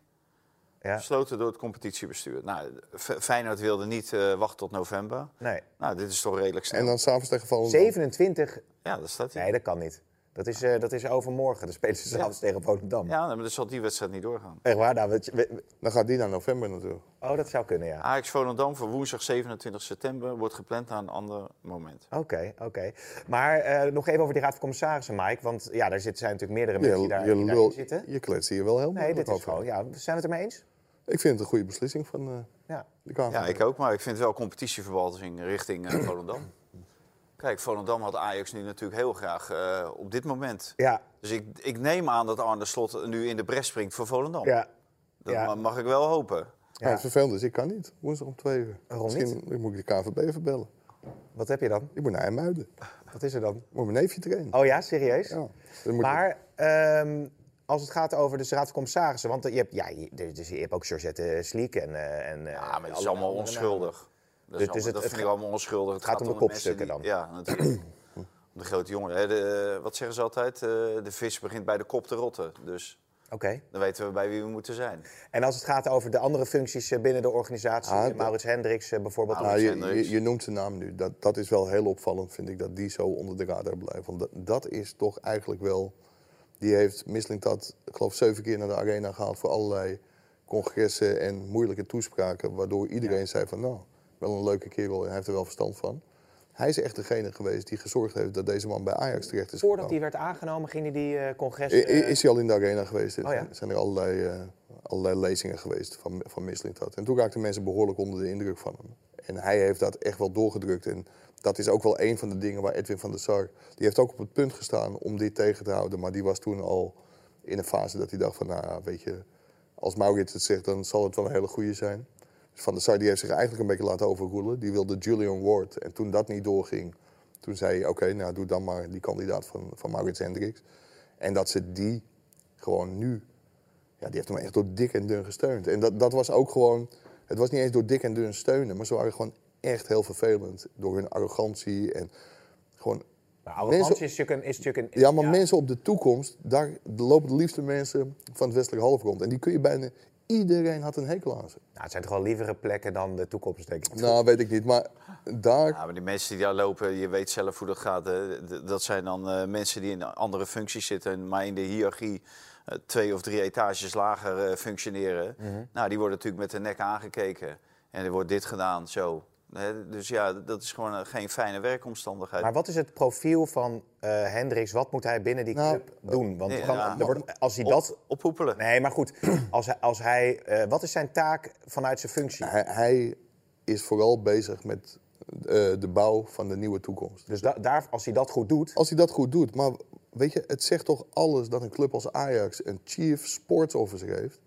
[SPEAKER 3] Ja.
[SPEAKER 5] Besloten door het competitiebestuur. Nou, F- Feyenoord wilde niet eh, wachten tot november.
[SPEAKER 3] Nee,
[SPEAKER 5] Nou, dit is toch redelijk snel.
[SPEAKER 4] En dan s'avonds tegen Volendam.
[SPEAKER 3] 27...
[SPEAKER 5] Ja, daar staat hij.
[SPEAKER 3] Nee, dat kan niet. Dat is, eh, dat is overmorgen. Dan spelen ze s'avonds tegen Volendam.
[SPEAKER 5] Ja, maar dan zal die wedstrijd niet doorgaan.
[SPEAKER 3] Echt waar? Nou, weet je- we-
[SPEAKER 4] Dan gaat die naar november natuurlijk.
[SPEAKER 3] oh, dat zou kunnen, ja.
[SPEAKER 5] Ajax Volendam voor woensdag 27 september wordt gepland naar een ander moment.
[SPEAKER 3] Oké, oké. Maar eh, nog even over die Raad van Commissarissen, Mike. Want ja, daar zit- zijn natuurlijk meerdere mensen die, daar, die daarin
[SPEAKER 4] lul-
[SPEAKER 3] zitten.
[SPEAKER 4] je kletst hier wel helemaal
[SPEAKER 3] Nee, dit is
[SPEAKER 4] over.
[SPEAKER 3] gewoon... Ja, zijn we het ermee eens?
[SPEAKER 4] Ik vind het een goede beslissing van eh,
[SPEAKER 3] Ja.
[SPEAKER 4] de Kamer.
[SPEAKER 5] Ja, ik ook, maar ik vind wel competitieverbalzing richting eh, Volendam. Kijk, Volendam had Ajax nu natuurlijk heel graag eh, op dit moment.
[SPEAKER 3] Ja,
[SPEAKER 5] Dus ik, ik neem aan dat Arne Slot nu in de bres springt voor Volendam.
[SPEAKER 3] ja.
[SPEAKER 5] dat
[SPEAKER 3] ja.
[SPEAKER 5] ma- mag ik wel hopen.
[SPEAKER 4] Ja, het vervelende is, dus ik kan niet. Woensdag om twee uur.
[SPEAKER 3] Waarom
[SPEAKER 4] Misschien moet ik de KVB even bellen.
[SPEAKER 3] Wat heb je dan?
[SPEAKER 4] Ik moet naar IJmuiden.
[SPEAKER 3] Wat is er dan?
[SPEAKER 4] Ik moet mijn neefje trainen.
[SPEAKER 3] Oh ja, serieus?
[SPEAKER 4] Ja, dan moet ik-
[SPEAKER 3] Maar ehm, als het gaat over dus de Raad van Commissarissen, want je hebt, ja, je, dus- dus je hebt ook Georgette Sliek en... eh, en eh,
[SPEAKER 5] Ja, maar dat is
[SPEAKER 3] alle
[SPEAKER 5] allemaal
[SPEAKER 3] andere
[SPEAKER 5] onschuldig. Dat, is
[SPEAKER 3] Dus
[SPEAKER 5] allemaal-
[SPEAKER 3] het- het
[SPEAKER 5] dat vind
[SPEAKER 3] gaat-
[SPEAKER 5] ik allemaal onschuldig. Het
[SPEAKER 3] gaat om de
[SPEAKER 5] mensen
[SPEAKER 3] kopstukken
[SPEAKER 5] die- Ja, natuurlijk. om de grote jongen. Hè, de, eh, wat zeggen ze altijd? Eh, de vis begint bij de kop te rotten. Dus
[SPEAKER 3] namen. Oké.
[SPEAKER 5] dan weten we bij wie we moeten zijn.
[SPEAKER 3] En als het gaat over de andere functies eh, binnen de organisatie,
[SPEAKER 4] Ah,
[SPEAKER 3] eh,
[SPEAKER 4] dat-
[SPEAKER 3] Maurits Hendricks eh, bijvoorbeeld...
[SPEAKER 5] Nou,
[SPEAKER 4] Nou, je,
[SPEAKER 5] Hendricks.
[SPEAKER 4] je, je noemt zijn naam nu. Dat, dat is wel heel opvallend, vind ik, dat die zo onder de radar blijft. Want dat, dat is toch eigenlijk wel... Die heeft Mislintat, ik geloof, zeven keer naar de arena gehaald... voor allerlei congressen en moeilijke toespraken... waardoor iedereen zei van, nou, wel een leuke kerel en hij heeft er wel verstand van. Hij is echt degene geweest die gezorgd heeft dat deze man bij Ajax terecht is
[SPEAKER 3] Voordat
[SPEAKER 4] gekomen.
[SPEAKER 3] die werd aangenomen, gingen die eh congres...
[SPEAKER 4] I- i-
[SPEAKER 3] eh,
[SPEAKER 4] Is hij al in de arena geweest?
[SPEAKER 3] Oh ja.
[SPEAKER 4] Zijn er allerlei, eh, allerlei lezingen geweest van, van Mislintat? En toen raakten mensen behoorlijk onder de indruk van hem. En hij heeft dat echt wel doorgedrukt. En dat is ook wel een van de dingen waar Edwin van der Sar... die heeft ook op het punt gestaan om dit tegen te houden. Maar die was toen al in een fase dat hij dacht van... nou ja, weet je, als Maurits het zegt, dan zal het wel een hele goede zijn. Dus van der Sar die heeft zich eigenlijk een beetje laten overroelen. Die wilde Julian Ward. En toen dat niet doorging, toen zei hij... oké, nou doe dan maar die kandidaat van, van Maurits Hendricks. En dat ze die gewoon nu... Ja, die heeft hem echt door dik en dun gesteund. En dat, dat was ook gewoon... Het was niet eens door dik en dun steunen, maar ze waren gewoon echt heel vervelend. Door hun arrogantie en gewoon...
[SPEAKER 3] maar Nou, arrogantie
[SPEAKER 4] mensen-
[SPEAKER 3] is natuurlijk een... Is natuurlijk een
[SPEAKER 4] Ja, maar mensen op de toekomst, daar lopen de liefste mensen van het westelijk halfrond. En die kun je bijna... Iedereen had een hekel aan ze.
[SPEAKER 3] Nou, het zijn toch wel lievere plekken dan de toekomst, denk ik.
[SPEAKER 4] Nou, weet ik niet, maar daar...
[SPEAKER 5] Ja, maar die mensen die daar lopen, je weet zelf hoe dat gaat. hè. D- Dat zijn dan eh, mensen die in andere functies zitten, en maar in de hiërarchie eh, twee of drie etages lager eh, functioneren.
[SPEAKER 3] Mhm.
[SPEAKER 5] Nou, die worden natuurlijk met de nek aangekeken. En er wordt dit gedaan, zo. Hè, Dus ja, dat is gewoon eh, geen fijne werkomstandigheid.
[SPEAKER 3] Maar wat is het profiel van eh Hendricks? Wat moet hij binnen die
[SPEAKER 4] Nou,
[SPEAKER 3] club doen? Want
[SPEAKER 5] nee,
[SPEAKER 3] dan-
[SPEAKER 5] ja.
[SPEAKER 3] er wordt, als hij dat...
[SPEAKER 5] Ophoepelen.
[SPEAKER 3] Nee, maar goed. Als hij, als hij, eh, wat is zijn taak vanuit zijn functie?
[SPEAKER 4] Hij, hij is vooral bezig met eh, de bouw van de nieuwe toekomst.
[SPEAKER 3] Dus da- daar, als hij dat goed doet...
[SPEAKER 4] Als hij dat goed doet, maar weet je, het zegt toch alles dat een club als Ajax een chief sports officer heeft.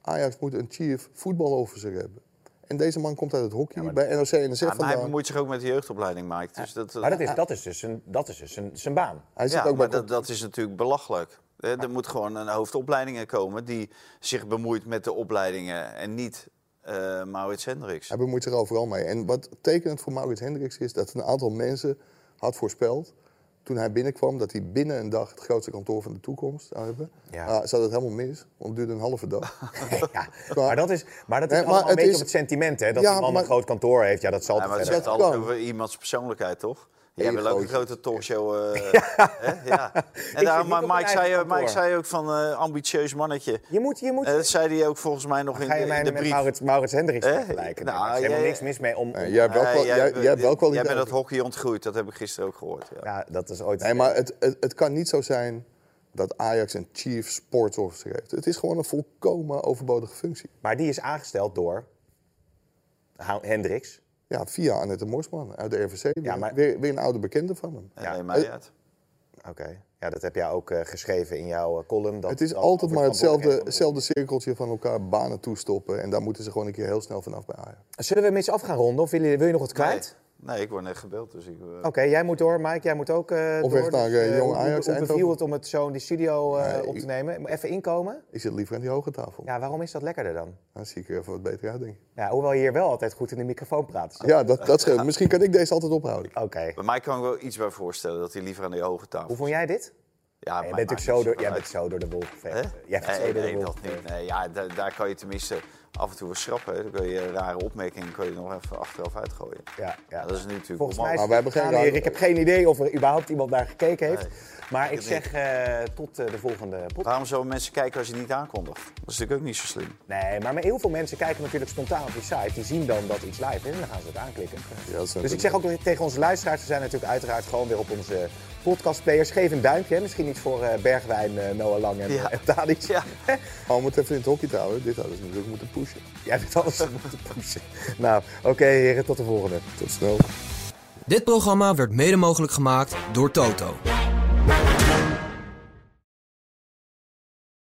[SPEAKER 4] Ajax moet een chief voetbal officer hebben. En deze man komt uit het hockey bij NOC en NSF
[SPEAKER 5] Ja, maar hij
[SPEAKER 4] vandaan.
[SPEAKER 5] bemoeit zich ook met de jeugdopleiding, Mike. Dus dat,
[SPEAKER 3] Maar dat is, dat is dus, een, dat is dus een, zijn baan.
[SPEAKER 4] Hij zit
[SPEAKER 5] ja,
[SPEAKER 4] ook bij
[SPEAKER 5] maar dat, dat is natuurlijk belachelijk. Hè, Er moet gewoon een hoofdopleidingen komen die zich bemoeit met de opleidingen en niet eh Maurits Hendricks.
[SPEAKER 4] Hij bemoeit zich overal mee. En wat tekenend voor Maurits Hendricks is dat een aantal mensen had voorspeld toen hij binnenkwam dat hij binnen een dag het grootste kantoor van de toekomst zou hebben.
[SPEAKER 3] Ja.
[SPEAKER 4] Ah, ze hadden het helemaal mis, want het duurde een halve dag.
[SPEAKER 3] Ja, maar dat is, maar dat is
[SPEAKER 4] Nee, maar
[SPEAKER 3] allemaal een
[SPEAKER 4] het
[SPEAKER 3] beetje
[SPEAKER 4] is-
[SPEAKER 3] op het sentiment, hè? Dat
[SPEAKER 4] Ja,
[SPEAKER 3] die man
[SPEAKER 4] maar-
[SPEAKER 3] een groot kantoor heeft. Ja, dat zal
[SPEAKER 5] Ja,
[SPEAKER 3] toch
[SPEAKER 5] maar het
[SPEAKER 3] verder.
[SPEAKER 5] zegt alles
[SPEAKER 4] kan.
[SPEAKER 5] over iemands persoonlijkheid, toch? Jij wil ook een
[SPEAKER 4] Egootje.
[SPEAKER 5] grote talkshow. eh, hè? ja. En daarom,
[SPEAKER 3] niet op
[SPEAKER 5] maar
[SPEAKER 3] mijn
[SPEAKER 5] Mike zei,
[SPEAKER 3] eigen
[SPEAKER 5] eh, Mike
[SPEAKER 3] kantoor.
[SPEAKER 5] zei ook van eh, ambitieus mannetje.
[SPEAKER 3] Je moet, je moet...
[SPEAKER 5] Eh, dat zei hij ook volgens mij nog in,
[SPEAKER 3] ga
[SPEAKER 5] de-
[SPEAKER 3] je
[SPEAKER 5] in
[SPEAKER 3] mij
[SPEAKER 5] de
[SPEAKER 3] met
[SPEAKER 5] brief.
[SPEAKER 3] Maurits, Maurits Hendricks
[SPEAKER 5] Eh?
[SPEAKER 3] vergelijken?
[SPEAKER 5] Nou,
[SPEAKER 3] daar is helemaal
[SPEAKER 5] jij-
[SPEAKER 3] niks mis mee om... om-
[SPEAKER 4] Nee, jij hebt wel,
[SPEAKER 5] Eh,
[SPEAKER 4] kwali- jij, jij hebt wel
[SPEAKER 5] jij
[SPEAKER 4] kwaliteit.
[SPEAKER 5] bent dat hockey ontgroeid, dat heb ik gisteren ook gehoord. Ja.
[SPEAKER 3] Ja, dat is ooit...
[SPEAKER 4] Nee, maar het, het, het kan niet zo zijn dat Ajax een chief sports officer heeft. Het is gewoon een volkomen overbodige functie.
[SPEAKER 3] Maar die is aangesteld door Ha- Hendricks.
[SPEAKER 4] Ja, via Annette Morsman uit de RVC. Weer,
[SPEAKER 3] maar-
[SPEAKER 4] weer, weer een oude bekende van hem.
[SPEAKER 5] Ja, nee,
[SPEAKER 4] Eh,
[SPEAKER 5] mij uit.
[SPEAKER 3] Oké. Ja, dat heb jij ook eh, geschreven in jouw eh, column. Dat,
[SPEAKER 4] Het is
[SPEAKER 3] dat
[SPEAKER 4] altijd
[SPEAKER 3] over
[SPEAKER 4] maar
[SPEAKER 3] de
[SPEAKER 4] hetzelfde,
[SPEAKER 3] verantwoordelijkheid
[SPEAKER 4] hetzelfde cirkeltje van elkaar banen toestoppen. En daar moeten ze gewoon een keer heel snel vanaf bij Ajax.
[SPEAKER 3] van- Zullen we hem eens af gaan ronden? Of wil je, wil je nog wat kwijt?
[SPEAKER 5] Nee. nee, ik word net gebeld, dus ik... eh,
[SPEAKER 3] Oké, jij moet door, Mike. Jij moet ook eh
[SPEAKER 4] Op
[SPEAKER 3] door.
[SPEAKER 4] weg naar, eh,
[SPEAKER 3] eh,
[SPEAKER 4] Jong
[SPEAKER 3] hoe-
[SPEAKER 4] Ajax
[SPEAKER 3] Hoe, hoe beviel
[SPEAKER 4] Eindhoven?
[SPEAKER 3] het om het zo in de studio eh,
[SPEAKER 4] Nee,
[SPEAKER 3] op te
[SPEAKER 4] ik-
[SPEAKER 3] nemen? Even inkomen?
[SPEAKER 4] Ik zit liever aan die hoge tafel.
[SPEAKER 3] Ja, waarom is dat lekkerder dan?
[SPEAKER 4] Dan zie ik er even wat beter uit, denk ik.
[SPEAKER 3] Ja, hoewel je hier wel altijd goed in de microfoon praat. dus-
[SPEAKER 4] Ja, dat, dat scheelt. Misschien kan ik deze altijd ophouden.
[SPEAKER 3] Oké.
[SPEAKER 5] Bij mij kan ik wel iets bij voorstellen, dat hij liever aan die hoge tafel...
[SPEAKER 3] Hoe vond jij dit?
[SPEAKER 5] Ja,
[SPEAKER 3] Je
[SPEAKER 5] mij
[SPEAKER 3] bent, natuurlijk
[SPEAKER 5] maakt niet
[SPEAKER 3] zo door, jij
[SPEAKER 5] zoveel
[SPEAKER 3] bent
[SPEAKER 5] uit.
[SPEAKER 3] zo door de wolf
[SPEAKER 5] Hè?
[SPEAKER 3] geveegd. Jij bent
[SPEAKER 5] Nee,
[SPEAKER 3] zo door
[SPEAKER 5] nee,
[SPEAKER 3] de wolf
[SPEAKER 5] dat niet. Nee, ja, daar, daar kan je tenminste af en toe wat schrappen. hè. Dan kun je rare opmerkingen kun je nog even achteraf uitgooien.
[SPEAKER 3] Ja, ja.
[SPEAKER 5] Nou, dat is nu natuurlijk
[SPEAKER 3] Volgens mij
[SPEAKER 5] onmogelijk.
[SPEAKER 3] is
[SPEAKER 4] Maar
[SPEAKER 3] het
[SPEAKER 4] we hebben geen
[SPEAKER 3] gedaan hier.
[SPEAKER 4] ruimte.
[SPEAKER 3] Ik heb geen idee of er überhaupt iemand naar gekeken heeft. maar ik
[SPEAKER 5] het niet.
[SPEAKER 3] zeg eh, tot eh, de volgende podcast.
[SPEAKER 5] Waarom zouden mensen kijken als je het niet aankondigt? Dat is natuurlijk ook niet zo slim.
[SPEAKER 3] Nee, maar heel veel mensen kijken natuurlijk spontaan op die site. Die zien dan dat iets live is en dan gaan ze het aanklikken.
[SPEAKER 4] dat is
[SPEAKER 3] dus ik
[SPEAKER 4] natuurlijk-
[SPEAKER 3] zeg ook tegen onze luisteraars, we zijn natuurlijk uiteraard gewoon weer op onze podcastplayers. Geef een duimpje, hè. misschien iets voor eh, Bergwijn, eh, Noah Lang en,
[SPEAKER 5] Ja.
[SPEAKER 3] en Tadic.
[SPEAKER 5] Ja.
[SPEAKER 4] Maar Oh, we moeten even in het hockey te houden. Dit hadden ze natuurlijk moeten pushen.
[SPEAKER 3] Jij bent alles moeten pushen. Nou, oké heren, tot de volgende.
[SPEAKER 4] Tot snel.
[SPEAKER 1] Dit programma werd mede mogelijk gemaakt door Toto.